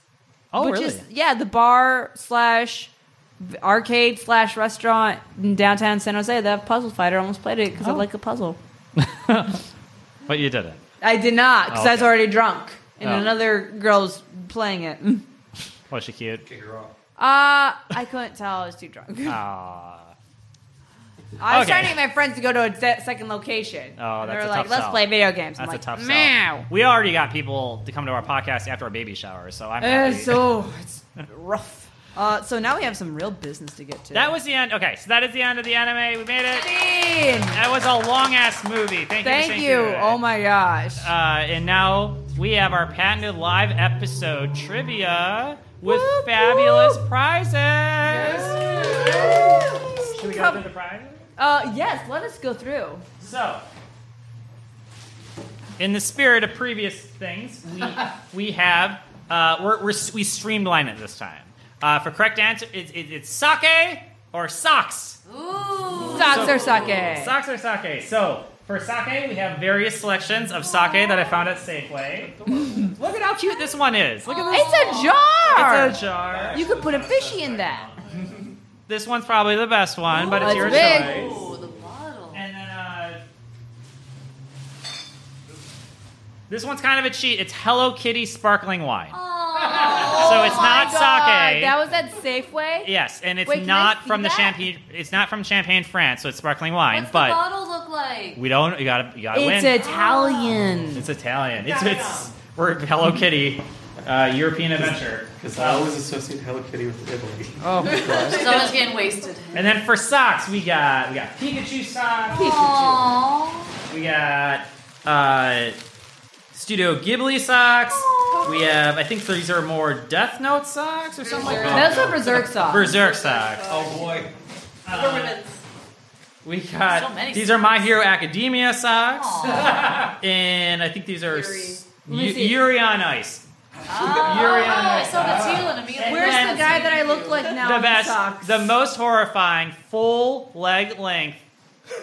Speaker 2: oh
Speaker 1: which is yeah, the bar slash arcade slash restaurant in downtown San Jose. They have Puzzle Fighter. I almost played it because I
Speaker 2: Oh.
Speaker 1: like a puzzle.
Speaker 2: but you did it.
Speaker 1: I did not because
Speaker 2: Oh,
Speaker 1: I was
Speaker 2: okay.
Speaker 1: already drunk and
Speaker 2: Oh.
Speaker 1: another girl's playing it. Mm.
Speaker 2: Was she cute?
Speaker 6: Kick her off.
Speaker 1: Uh, I couldn't tell. I was too
Speaker 2: *laughs*
Speaker 1: drunk.
Speaker 2: Ah,
Speaker 1: I was
Speaker 2: Okay.
Speaker 1: trying to get my friends to go to a se- second location.
Speaker 2: Oh,
Speaker 1: And
Speaker 2: that's
Speaker 1: they were
Speaker 2: a
Speaker 1: like,
Speaker 2: tough
Speaker 1: let's
Speaker 2: sell.
Speaker 1: play video games. I'm
Speaker 2: that's a
Speaker 1: like,
Speaker 2: tough sell. *laughs*
Speaker 1: Meow.
Speaker 2: We already got people to come to our podcast after our baby shower, so I'm
Speaker 1: Uh,
Speaker 2: happy.
Speaker 1: so it's rough. Uh, so now we have some real business to get to.
Speaker 2: *laughs* that was the end. Okay, so that is the end of the anime. We made it.
Speaker 1: Dean.
Speaker 2: That was a long ass movie. Thank,
Speaker 1: Thank
Speaker 2: you.
Speaker 1: you. Oh my gosh.
Speaker 2: Uh, and now we have our patented live episode trivia with
Speaker 1: Whoop,
Speaker 2: fabulous
Speaker 1: whoop.
Speaker 2: prizes. Should we go
Speaker 1: Come-
Speaker 2: through the prizes?
Speaker 1: Uh, yes, let us go through.
Speaker 2: So, in the spirit of previous things,
Speaker 1: *laughs*
Speaker 2: we we have uh, we're, we're, we streamline it this time. Uh, for correct answer, it's it, it's sake or socks.
Speaker 3: Ooh.
Speaker 1: Socks or sake?
Speaker 2: Socks or sake. So for sake, we have various selections of sake that I found
Speaker 1: *laughs*
Speaker 2: at Safeway. Look at how cute this one is. Look at
Speaker 1: It's a jar.
Speaker 2: this. It's a jar.
Speaker 1: you could put a fishy in that.
Speaker 2: This one's probably the best one, but it's
Speaker 1: That's
Speaker 2: your
Speaker 1: big.
Speaker 2: choice.
Speaker 3: Ooh, the bottle.
Speaker 2: And then uh, this one's kind of a cheat. It's Hello Kitty sparkling wine.
Speaker 3: Oh.
Speaker 2: so it's not
Speaker 1: God,
Speaker 2: sake.
Speaker 1: that was at Safeway.
Speaker 2: yes, and it's
Speaker 1: Wait, can I
Speaker 2: not
Speaker 1: see
Speaker 2: from the
Speaker 1: that?
Speaker 2: champagne. It's not from Champagne, France. So it's sparkling wine,
Speaker 3: What's the
Speaker 2: but
Speaker 3: bottle look like?
Speaker 2: we don't. You gotta. You gotta
Speaker 1: It's
Speaker 2: win.
Speaker 1: Italian.
Speaker 2: it's Italian. It's it's we're Hello Kitty, uh, European adventure.
Speaker 4: Because I always associate Hello Kitty with
Speaker 2: *laughs*
Speaker 4: Italy.
Speaker 3: Someone's getting wasted.
Speaker 2: And then for socks, we got we got Pikachu socks.
Speaker 3: Aww.
Speaker 2: We got uh, Studio Ghibli socks. We have, I think these are more Death Note socks or something like that.
Speaker 1: Those are berserk socks.
Speaker 2: Berserk socks. Uh,
Speaker 6: Oh boy.
Speaker 2: We got,
Speaker 3: So many
Speaker 2: these are My Hero Academia socks. *laughs* And I think these are s-
Speaker 1: Let me
Speaker 2: Yu-
Speaker 1: see.
Speaker 2: Yuri on Ice. Yuri on
Speaker 3: Oh,
Speaker 2: Ah.
Speaker 3: I
Speaker 2: Ice.
Speaker 3: saw the teal in a meal.
Speaker 2: And
Speaker 1: Where's
Speaker 2: then-
Speaker 1: the guy that I look like now?
Speaker 2: The
Speaker 1: in
Speaker 2: best,
Speaker 1: Socks?
Speaker 2: the most horrifying full leg length.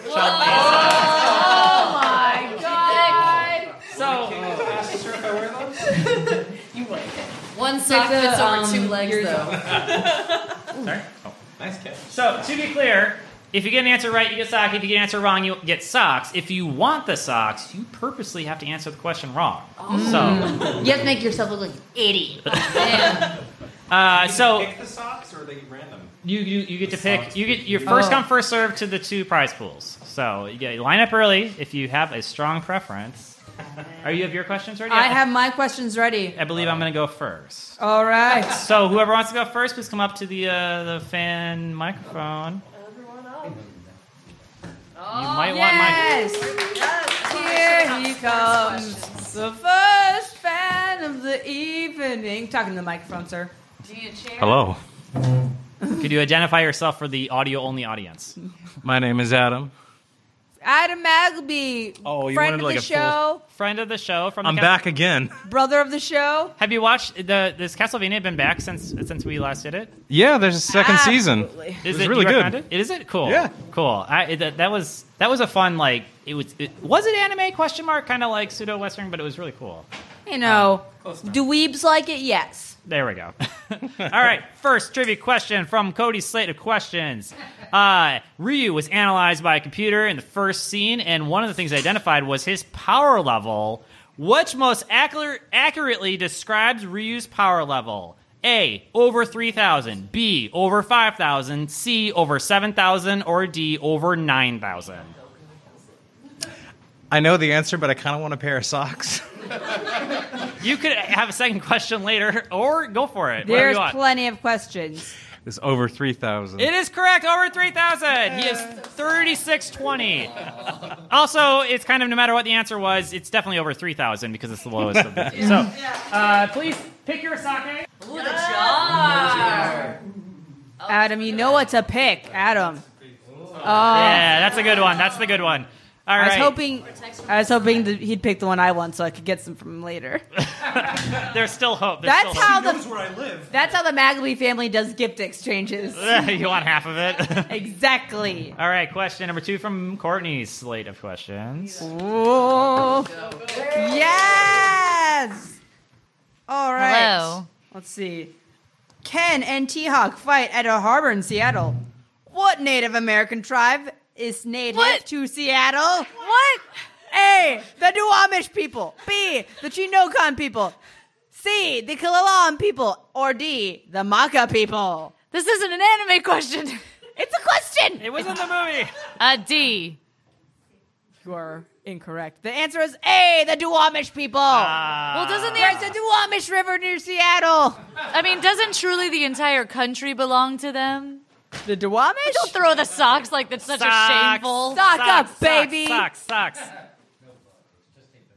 Speaker 3: Whoa.
Speaker 1: Oh my god.
Speaker 2: So
Speaker 3: One sock
Speaker 6: Pick the,
Speaker 3: fits over
Speaker 6: um,
Speaker 3: two legs,
Speaker 6: yours.
Speaker 3: though.
Speaker 2: Sorry. Oh.
Speaker 8: Nice catch.
Speaker 2: So to be clear, if you get an answer right, you get sock. If you get an answer wrong, you get socks. If you want the socks, you purposely have to answer the question wrong.
Speaker 6: Oh.
Speaker 2: So,
Speaker 6: You have to make yourself look like an idiot.
Speaker 3: Man.
Speaker 2: uh, so
Speaker 8: pick the socks or are they random?
Speaker 2: you, you you get to
Speaker 8: The
Speaker 2: pick.
Speaker 8: socks.
Speaker 2: You get your first
Speaker 6: Oh.
Speaker 2: come first serve to the two prize pools. So yeah, line up early if you have a strong preference. Are you have your questions ready?
Speaker 6: I have my questions ready.
Speaker 2: I believe I'm going to go first.
Speaker 6: All right.
Speaker 2: So whoever wants to go first, please come up to the uh, the fan microphone. You might want my.
Speaker 6: Yes. Here he comes. The first fan of the evening. Talking to the microphone, sir.
Speaker 3: Do you need a chair?
Speaker 9: Hello,
Speaker 2: Could you identify yourself for the audio only audience?
Speaker 9: my name is Adam.
Speaker 6: Adam Magleby.
Speaker 9: Oh, you
Speaker 6: friend
Speaker 9: wanted,
Speaker 6: of
Speaker 9: like,
Speaker 6: the
Speaker 9: a full-
Speaker 6: show,
Speaker 2: Friend of the show from. The
Speaker 9: I'm
Speaker 2: Cas-
Speaker 9: back again.
Speaker 6: brother of the show.
Speaker 2: Have you watched the? This Castlevania been back since since we last did it?
Speaker 9: Yeah, there's a second season.
Speaker 6: Absolutely.
Speaker 2: Is
Speaker 9: was
Speaker 2: it
Speaker 9: really
Speaker 2: you
Speaker 9: good.
Speaker 2: recommend It? Is it cool?
Speaker 9: Yeah.
Speaker 2: cool. I, it, that, that was that was a fun like it was it, was it anime question mark kind of like pseudo western, but it was really cool.
Speaker 6: You know,
Speaker 4: Close enough.
Speaker 6: do weebs like it? Yes.
Speaker 2: There we go. All right, first trivia question from Cody's slate of questions. Uh, Ryu was analyzed by a computer in the first scene, and one of the things identified was his power level. Which most accur- accurately describes Ryu's power level? A, over 3,000, B, over 5,000, C, over 7,000, or D, over 9,000?
Speaker 9: I know the answer, but I kind of want a pair of socks. *laughs*
Speaker 2: You could have a second *laughs* question later, or go for it. whatever you
Speaker 6: There's
Speaker 2: want.
Speaker 6: plenty of questions.
Speaker 9: It's over three thousand.
Speaker 2: It is correct. Over 3,000. He is 3620. Also, it's kind of no matter what the answer was, it's definitely over 3,000 because it's the lowest of
Speaker 6: *laughs*
Speaker 2: the So, uh, please pick your sake.
Speaker 3: Ooh, the jar.
Speaker 6: Adam, you know what to pick. Adam. Oh,
Speaker 2: Yeah, that's a good one. That's the good one. All
Speaker 6: I
Speaker 2: right.
Speaker 6: was hoping. I was hoping that he'd pick the one I want, so I could get some from him later.
Speaker 2: There's still hope. There's
Speaker 6: That's
Speaker 2: still hope.
Speaker 6: how the
Speaker 8: where I live.
Speaker 6: that's how the Magleby family does gift exchanges.
Speaker 2: *laughs* you want half of it? *laughs*
Speaker 6: exactly.
Speaker 2: All right, question number two from Courtney's slate of questions.
Speaker 6: Ooh. Yes. All right.
Speaker 7: Hello.
Speaker 6: Let's see. Ken and T Hawk fight at a harbor in Seattle. What Native American tribe is native
Speaker 7: What?
Speaker 6: to Seattle?
Speaker 7: What?
Speaker 6: A. The Duwamish people. B. The Chinookan people. C. The Kililan people. Or D. The Maka people.
Speaker 7: This isn't an anime question.
Speaker 3: *laughs*
Speaker 6: It's a question.
Speaker 2: It was in the movie.
Speaker 7: Uh, D.
Speaker 6: You are incorrect. The answer is A. The Duwamish people.
Speaker 2: Ah.
Speaker 7: Well, doesn't
Speaker 3: Uh,
Speaker 7: the
Speaker 6: There's a Duwamish River near Seattle.
Speaker 7: I mean, doesn't truly the entire country belong to them?
Speaker 6: The Duwamish?
Speaker 7: Don't throw the socks like that's such
Speaker 2: Socks.
Speaker 7: a shameful.
Speaker 6: Sock up,
Speaker 2: Socks,
Speaker 6: baby.
Speaker 2: Socks, socks.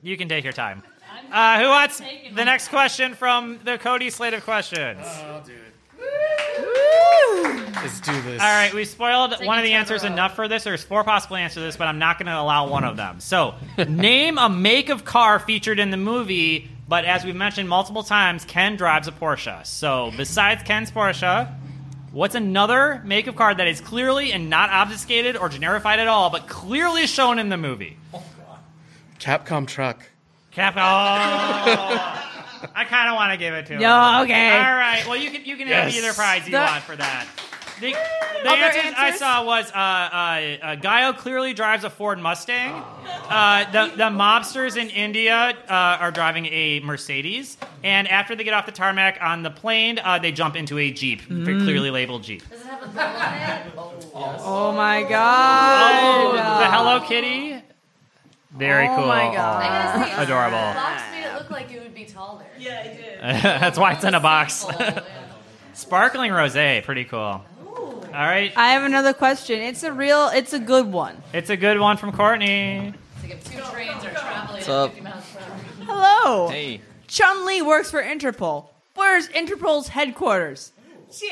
Speaker 2: You can take your time. Uh, who wants the next question from the Cody slate of questions?
Speaker 4: I'll do it. Oh, Let's do this.
Speaker 2: All right, we spoiled one of the
Speaker 7: each other
Speaker 2: answers
Speaker 7: up.
Speaker 2: enough for this. There's four possible answers to this, but I'm not going to allow one of them. So, name a make of car featured in the movie, but as we've mentioned multiple times, Ken drives a Porsche. So, besides Ken's Porsche, what's another make of car that is clearly and not obfuscated or generified at all, but clearly shown in the movie?
Speaker 4: Capcom truck.
Speaker 2: Cap. Oh,
Speaker 6: *laughs*
Speaker 2: I kind of want to give it to him.
Speaker 6: No, Oh, okay.
Speaker 2: All right. Well, you can you can have
Speaker 4: Yes.
Speaker 2: either prize you
Speaker 6: The-
Speaker 2: want for that. The, the answers, I
Speaker 6: answers?
Speaker 2: saw was uh, uh, uh, Gaio clearly drives a Ford Mustang. Uh, the the mobsters in India uh, are driving a Mercedes, and after they get off the tarmac on the plane, uh, they jump into a Jeep,
Speaker 6: Mm.
Speaker 2: very clearly labeled Jeep.
Speaker 3: Does it have a bell on it?
Speaker 6: Oh my god.
Speaker 2: Oh, the Hello Kitty. Very
Speaker 6: Oh
Speaker 2: cool.
Speaker 6: my God.
Speaker 3: I gotta say,
Speaker 2: Adorable. *laughs*
Speaker 3: The box made it look like it would be taller.
Speaker 5: Yeah, I did.
Speaker 2: That's why it's in a box.
Speaker 3: Full, yeah.
Speaker 2: *laughs* Sparkling rosé, pretty cool. All right,
Speaker 6: I have another question. It's a real, it's a good one.
Speaker 2: it's a good one from Courtney.
Speaker 3: It's like if two trains are traveling at
Speaker 8: up?
Speaker 3: 50 miles per hour.
Speaker 6: Hello.
Speaker 8: Hey.
Speaker 6: Chun Li works for Interpol. Where's Interpol's headquarters?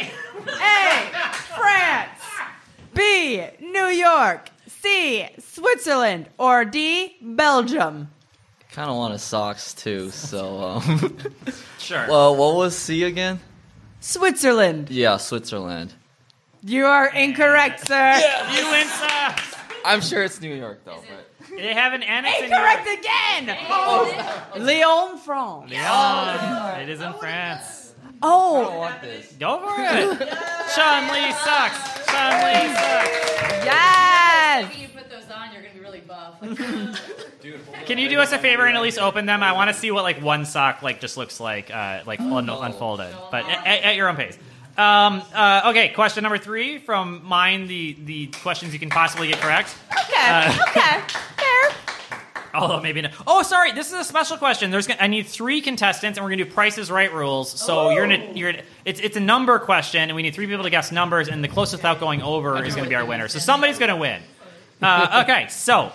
Speaker 6: A. France. B. New York. C. Switzerland. Or D. Belgium.
Speaker 10: Kind of wanted socks too, so. Um, *laughs*
Speaker 2: Sure.
Speaker 10: well, what was C again?
Speaker 6: Switzerland.
Speaker 10: Yeah, Switzerland.
Speaker 6: You are incorrect, sir.
Speaker 2: you win socks.
Speaker 10: I'm sure it's New York though. But
Speaker 2: They have an annex in
Speaker 11: Incorrect
Speaker 2: Europe.
Speaker 11: again.
Speaker 1: Leon France.
Speaker 2: Oh, Yeah. It is in France.
Speaker 10: I don't
Speaker 1: Oh,
Speaker 10: want this.
Speaker 2: Go for it. Sean Lee sucks. Sean Lee sucks.
Speaker 1: yes.
Speaker 3: you put those on, you're gonna be really buff.
Speaker 2: Can you do us a favor and at least open them? I want to see what like one sock like just looks like uh, like un- unfolded, but at, at- at your own pace. Um, uh, okay, question number three from mine. The the questions you can possibly get correct.
Speaker 1: Okay.
Speaker 2: Uh,
Speaker 1: okay. Fair.
Speaker 2: *laughs* Although maybe not. Oh, sorry. This is a special question. There's gonna, I need three contestants, and we're gonna do prices right rules. So you're gonna you're gonna- it's it's a number question, and we need three people to guess numbers, and the closest without going over is gonna be our winner. So somebody's gonna win. Uh, okay, so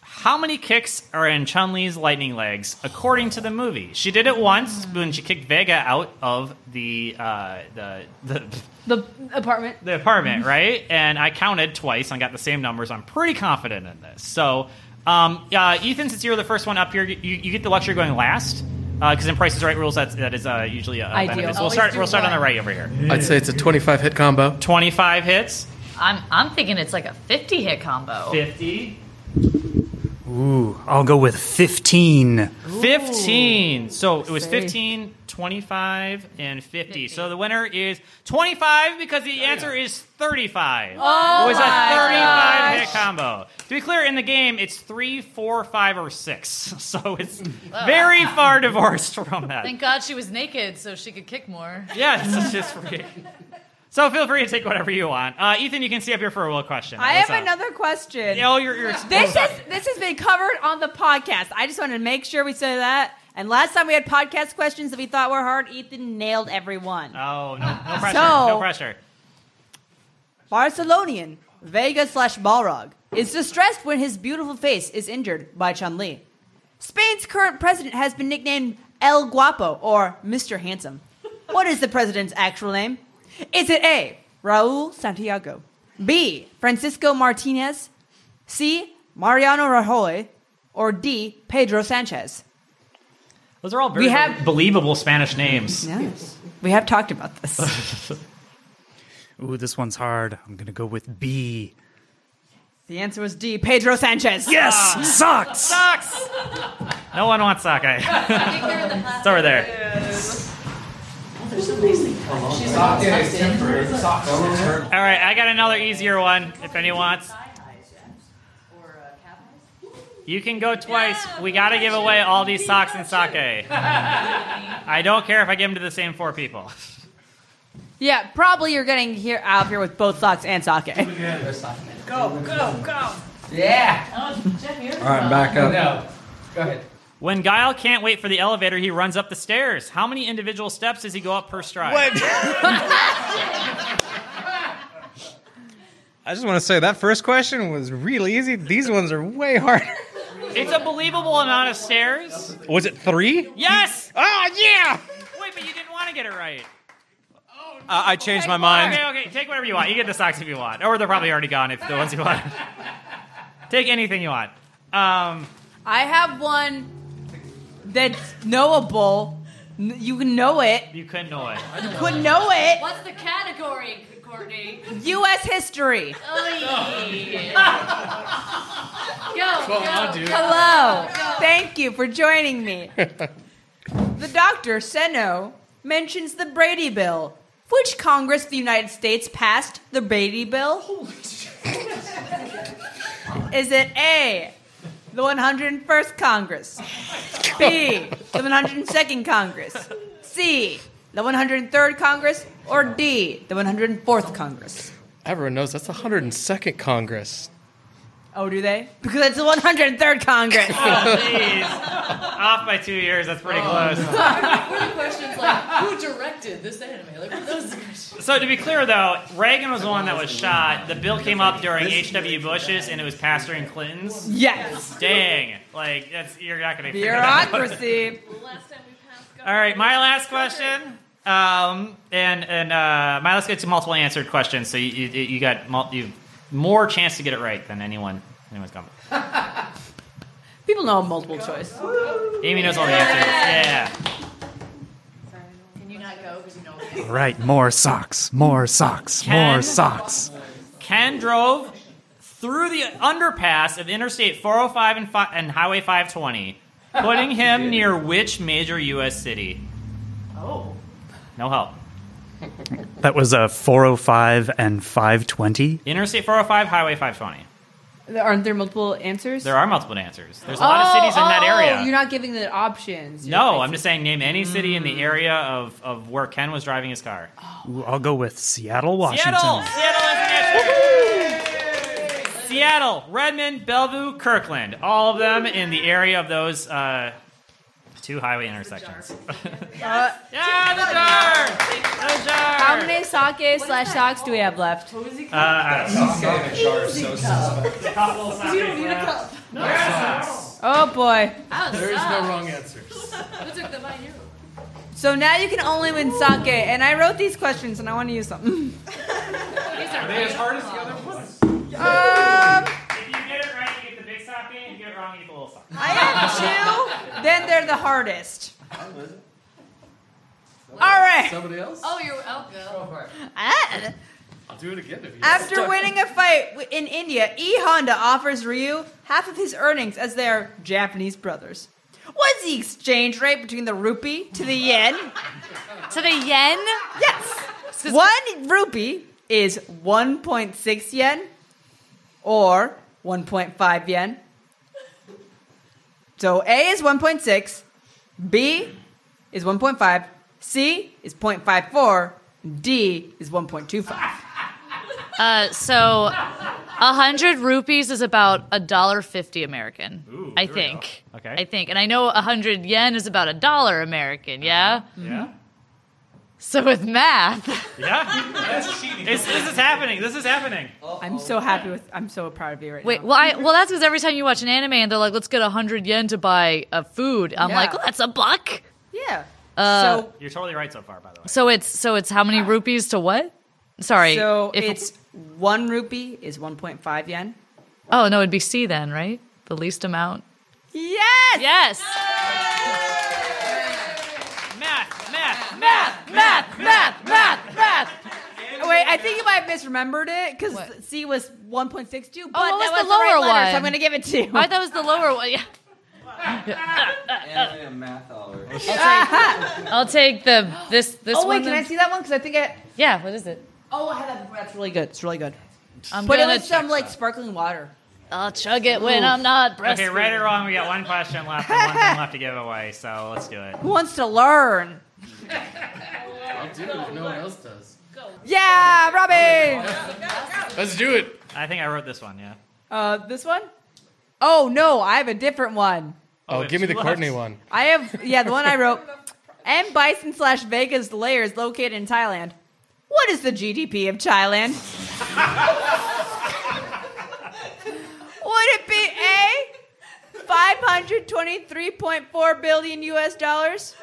Speaker 2: how many kicks are in Chun Li's lightning legs according to the movie? She did it once when she kicked Vega out of the uh, the the
Speaker 11: The apartment.
Speaker 2: the apartment,
Speaker 11: Mm-hmm.
Speaker 2: right? And I counted twice and got the same numbers. I'm pretty confident in this. So, um, uh, Ethan, since you were the first one up here, you, you get the luxury of going last because in Price is Right rules, that's, that is uh, usually a
Speaker 11: Ideal.
Speaker 2: benefit. So we'll
Speaker 11: Always
Speaker 2: start.
Speaker 11: do
Speaker 2: We'll start on
Speaker 3: one.
Speaker 2: the right over here.
Speaker 4: I'd say it's a 25 hit combo.
Speaker 2: 25 hits,
Speaker 12: I'm I'm thinking it's like a 50 hit
Speaker 11: Oh.
Speaker 12: combo.
Speaker 2: 50,
Speaker 8: Ooh, I'll go with 15.
Speaker 2: 15. So it was 15, 25, and 50. So the winner is 25 because the answer is 35. Oh, it was a 35 hit combo. To be clear, in the game, it's three, four, five, or 6. *laughs* So it's very far divorced from that.
Speaker 12: Thank God she was naked so she could kick more.
Speaker 2: Yeah, this is just free. So feel free to take whatever you want. Uh, Ethan, you can stay up here for a real question.
Speaker 1: I
Speaker 2: What's
Speaker 1: have
Speaker 2: up?
Speaker 1: another question.
Speaker 2: Oh, you're, you're
Speaker 1: This is this has been covered on the podcast. I just wanted to make sure we said that. And last time we had podcast questions that we thought were hard, Ethan nailed everyone.
Speaker 2: Oh, no, no pressure.
Speaker 1: So-
Speaker 2: no pressure.
Speaker 1: Barcelonian Vega slash Balrog is distressed when his beautiful face is injured by Chun Li. Spain's current president has been nicknamed El Guapo or Mr. Handsome. What is the president's actual name? Is it A. Raul Santiago? B. Francisco Martinez? C. Mariano Rajoy? Or D. Pedro Sanchez?
Speaker 2: Those are all very
Speaker 1: We have-
Speaker 2: believable Spanish names.
Speaker 1: Yes. We have talked about this.
Speaker 8: Ooh, this one's hard. I'm going to go with B.
Speaker 1: The answer was D. Pedro Sanchez.
Speaker 8: Yes! Sucks!
Speaker 2: Socks. No one wants sock. I- it's over there. All right, I got another easier one if any wants. You can go twice. We got to give away all these socks and sake. I don't care if I give them to the same four people.
Speaker 1: Yeah, probably you're getting here out here with both socks and sake.
Speaker 10: All right, back up.
Speaker 2: When Guile can't wait for the elevator, he runs up the stairs. How many individual steps does he go up per stride?
Speaker 9: *laughs* I just want to say that first question was really easy. These ones are way harder.
Speaker 2: It's a believable amount of stairs.
Speaker 9: Was it three?
Speaker 2: Yes.
Speaker 9: Oh yeah!
Speaker 2: Wait, but you didn't want to get it right.
Speaker 9: Uh, I changed my
Speaker 2: Okay, okay. Take whatever you want. You get the socks if you want, or they're probably already gone if the ones you want. *laughs* Take anything you want. Um,
Speaker 1: I have one that's knowable. N- You can know it.
Speaker 2: you couldn't know it.
Speaker 1: You could know it.
Speaker 3: What's the category, Courtney?
Speaker 1: U.S. history.
Speaker 3: Go, go,
Speaker 4: dude.
Speaker 3: go.
Speaker 1: Hello. Thank you for joining me. The doctor, Seno, mentions the Brady Bill. Which Congress of the United States passed the Brady Bill? Is it A, the 101st Congress? B, the 102nd Congress? C, the 103rd Congress? Or D, the 104th Congress?
Speaker 4: Everyone knows that's the 102nd Congress.
Speaker 1: Oh, do they? Because it's the 103rd
Speaker 6: *laughs*
Speaker 1: Congress.
Speaker 2: Jeez, off by two years. That's pretty close.
Speaker 3: Were the questions like who directed this anime? Like were those the questions?
Speaker 2: So to be clear, though, Reagan was the one that was shot. The bill came up during H.W. Bush's, and it was passed during Clinton's.
Speaker 1: yes.
Speaker 2: *laughs* Dang, like that's you're not gonna. figure that out.
Speaker 1: Bureaucracy.
Speaker 13: Last time we passed go.
Speaker 2: All right, my last question. Um, and and uh, my last it's a multiple answered question, so you you, you got mul- you more chance to get it right than anyone anyone's gone.
Speaker 1: People know multiple choice.
Speaker 2: Amy knows all the answers. Yeah.
Speaker 3: Can you not go because you know?
Speaker 8: All right, more socks, more socks,
Speaker 2: Ken?
Speaker 8: more socks.
Speaker 2: Ken drove through the underpass of Interstate 405 and, fi- and Highway 520, putting him near which major U.S. city?
Speaker 14: Oh.
Speaker 2: No help.
Speaker 8: That was uh, a 405 and 520.
Speaker 2: Interstate 405, Highway 520.
Speaker 15: There- Aren't there multiple answers?
Speaker 2: There are multiple answers. There's a lot
Speaker 1: Oh,
Speaker 2: of cities in that area.
Speaker 15: Oh, You're not giving the options.
Speaker 2: no, I'm just saying, name any city in the area of, of where Ken was driving his car.
Speaker 8: Ooh, I'll go with Seattle, Washington.
Speaker 2: Seattle! Seattle is an answer. Seattle, Redmond, Bellevue, Kirkland. All of them in the area of those uh, two highway intersections. *laughs* yeah, the jar. The jar.
Speaker 15: How many sake slash socks do we have left?
Speaker 2: Uh, I don't know.
Speaker 16: You don't need a cup.
Speaker 15: Oh boy.
Speaker 4: There is no wrong answers.
Speaker 16: Who took the mine? You.
Speaker 1: So now you can only win sake, and I wrote these questions, and I want to use them.
Speaker 4: Are they as hard as the other ones?
Speaker 1: *laughs* Um,
Speaker 2: If you get it right, you get the big sock in. If you get it wrong, you get the little sock.
Speaker 1: I have two. Then they're the hardest. All right.
Speaker 4: Somebody else?
Speaker 14: Oh, you're oh, go.
Speaker 1: Ah.
Speaker 4: I'll do it again if you
Speaker 1: After winning a fight w- in India, E Honda offers Ryu half of his earnings as their Japanese brothers. What's the exchange rate between the rupee to the yen?
Speaker 3: To the yen?
Speaker 1: Yes. One rupee is 1.6 yen or 1.5 yen. So A is 1.6, B is 1.5, C is 0.54, and D is 1.25.
Speaker 3: Uh, so, a hundred rupees is about a dollar fifty American. I think.
Speaker 2: Okay.
Speaker 3: I think, and I know a hundred yen is about a dollar American. Yeah.
Speaker 2: Yeah.
Speaker 3: So with math,
Speaker 2: Yeah. It's- this is happening. This is happening.
Speaker 1: I'm so happy with. I'm so proud of you right
Speaker 3: wait.
Speaker 1: now.
Speaker 3: Well, I well that's because every time you watch an anime and they're like, let's get a hundred yen to buy a food. I'm
Speaker 1: Yeah.
Speaker 3: like, well, that's a buck.
Speaker 1: Yeah.
Speaker 3: Uh,
Speaker 1: so
Speaker 2: You're totally right so far, by the way.
Speaker 3: So it's so it's how many rupees to what? Sorry.
Speaker 1: so it's one rupee is 1.5 yen.
Speaker 3: oh no, it'd be C then, right? The least amount.
Speaker 1: Yes.
Speaker 3: Yes.
Speaker 2: Math, math,
Speaker 1: Math, math, math, math, math. Wait, I think you might have misremembered it because
Speaker 3: What?
Speaker 1: C was 1.62, but
Speaker 3: what
Speaker 1: that
Speaker 3: was the
Speaker 1: was Oh, the right
Speaker 3: lower
Speaker 1: letter, so
Speaker 3: one?
Speaker 1: I'm going to give it to you.
Speaker 3: I thought it was the lower one. Yeah.
Speaker 10: Anime and math hour.
Speaker 3: I'll take the this this
Speaker 1: oh
Speaker 3: one.
Speaker 1: wait, can I
Speaker 3: then.
Speaker 1: see that one? Because I think I.
Speaker 3: Yeah. What is it?
Speaker 1: Oh, I have that. That's really good. It's really good.
Speaker 3: I'm
Speaker 1: But it
Speaker 3: gonna.
Speaker 1: was some like sparkling water.
Speaker 3: I'll chug it when I'm not breastfeeding.
Speaker 2: Okay, right or wrong, we got one question left and one thing left to give away, so let's do it.
Speaker 1: Who wants to learn?
Speaker 4: I'll do it if no one else does.
Speaker 1: Yeah, Robin.
Speaker 4: Let's do it.
Speaker 2: I think I wrote this one, yeah.
Speaker 1: Uh, this one? Oh no, I have a different one.
Speaker 2: Oh,
Speaker 4: Oh,
Speaker 2: wait,
Speaker 4: give me
Speaker 2: she
Speaker 4: the
Speaker 2: left.
Speaker 4: Courtney one.
Speaker 1: I have yeah, the one I wrote. M Bison slash Vegas layer is located in Thailand. What is the GDP of Thailand? Would it be A five hundred twenty three point four billion US dollars?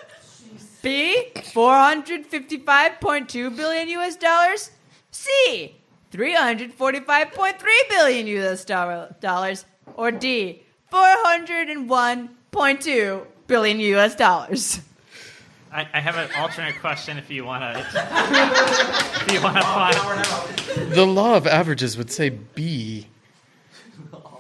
Speaker 1: B four hundred fifty five point two billion US dollars? C three hundred forty five point three billion US dollar- dollars? Or D four hundred and one point two billion US dollars?
Speaker 2: I, I have an alternate question if you want to. *laughs* if you want to find.
Speaker 4: The law of averages would say B.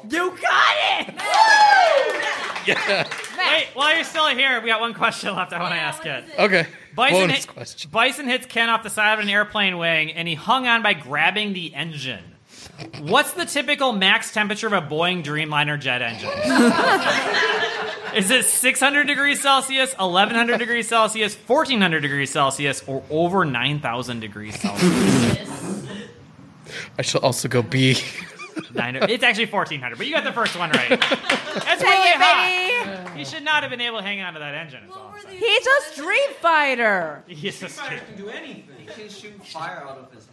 Speaker 1: You got it!
Speaker 2: Wait, while you're still here, we got one question left I want to ask it.
Speaker 4: Okay.
Speaker 2: Bison,
Speaker 4: Bonus
Speaker 2: hit,
Speaker 4: question.
Speaker 2: Bison hits Ken off the side of an airplane wing, and he hung on by grabbing the engine. What's the typical max temperature of a Boeing Dreamliner jet engine? *laughs* Is it 600 degrees Celsius, 1100 degrees Celsius, 1400 degrees Celsius, or over 9000 degrees Celsius?
Speaker 4: I shall also go B.
Speaker 2: Nine, it's actually 1400, but you got the first one right. That's really
Speaker 1: Take it,
Speaker 2: hot.
Speaker 1: baby!
Speaker 2: He should not have been able to hang on to that engine. is all I'm *laughs* saying.
Speaker 1: He's a Street Fighter.
Speaker 2: He's just-
Speaker 10: can do anything. He can shoot fire out of his hand.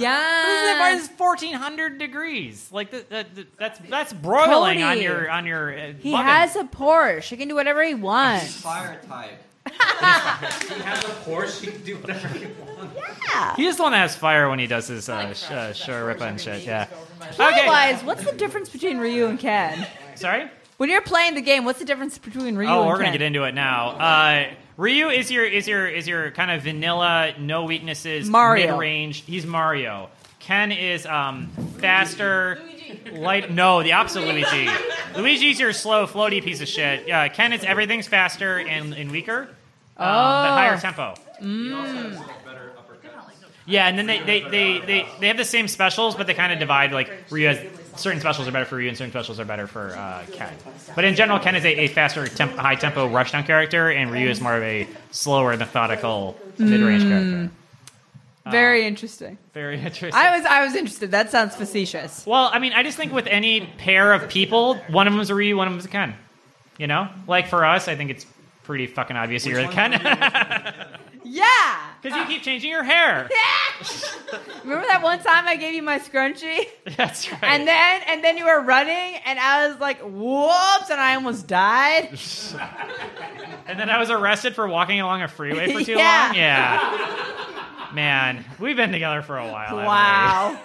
Speaker 1: Yeah.
Speaker 2: This is fourteen hundred degrees. Like th th th- that's that's broiling on
Speaker 1: Cody.
Speaker 2: your on your. Uh,
Speaker 1: He
Speaker 2: button.
Speaker 1: has a Porsche. He can do whatever he wants. *laughs*
Speaker 10: Fire type. he has a Porsche. He can do whatever he wants.
Speaker 2: He is the one that has fire when he does his uh, sh- uh, sure rip and shit. Yeah.
Speaker 1: Otherwise, what's the difference between Ryu and Ken?
Speaker 2: Sorry.
Speaker 1: When you're playing the game, what's the difference between Ryu
Speaker 2: Oh,
Speaker 1: and
Speaker 2: we're
Speaker 1: Ken?
Speaker 2: gonna get into it now. Uh, Ryu is your is your is your kind of vanilla, no weaknesses,
Speaker 1: Mario.
Speaker 2: mid range. He's Mario. Ken is um, faster. Light. No, the opposite of Luigi. Luigi's your slow, floaty piece of shit. Uh, Ken is everything's faster and, and weaker, um, but
Speaker 10: Oh.
Speaker 2: higher tempo. Yeah, and then they they, they, they, they have the same specials, but they kind of divide like Ryu has certain specials are better for Ryu and certain specials are better for uh, Ken. But in general, Ken is a, a faster, temp- high tempo rushdown character, and Ryu is more of a slower, methodical mid range character.
Speaker 1: Very interesting.
Speaker 2: Very *laughs* interesting.
Speaker 1: I was I was interested. That sounds facetious.
Speaker 2: Well, I mean, I just think with any pair of people, one of them's a Ryu, one of them's a Ken. You know, like for us, I think it's pretty fucking obvious you're a Ken. *laughs*
Speaker 1: Yeah.
Speaker 2: Because you keep changing your hair.
Speaker 1: *laughs* Yeah. Remember that one time I gave you my scrunchie? *laughs*
Speaker 2: That's right.
Speaker 1: And then and then you were running and I was like, whoops, and I almost died.
Speaker 2: and then I was arrested for walking along a
Speaker 1: *laughs*
Speaker 2: freeway for too
Speaker 1: Yeah.
Speaker 2: long. Yeah.
Speaker 1: *laughs*
Speaker 2: Man, we've been together for a while. haven't we?
Speaker 1: Wow.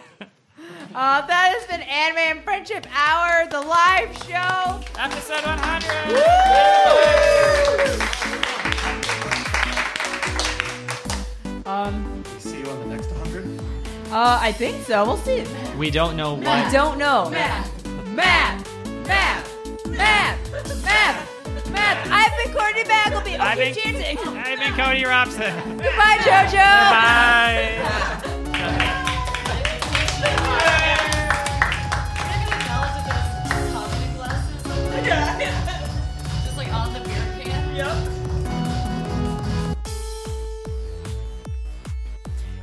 Speaker 1: Uh, that has been Anime and Friendship Hour, the live show.
Speaker 2: *laughs* Episode 100.
Speaker 1: Um,
Speaker 4: See you on the next 100.
Speaker 1: uh, I think so. We'll see.
Speaker 2: We don't know what.
Speaker 1: I don't know. Map, map, map, map, map, map. I've been Courtney Baggleby. Oh,
Speaker 2: I've
Speaker 1: you
Speaker 2: been-
Speaker 1: cheated.
Speaker 2: I've been Cody Robson.
Speaker 1: *laughs* Goodbye, JoJo.
Speaker 2: Bye.
Speaker 3: Just like on the beer can.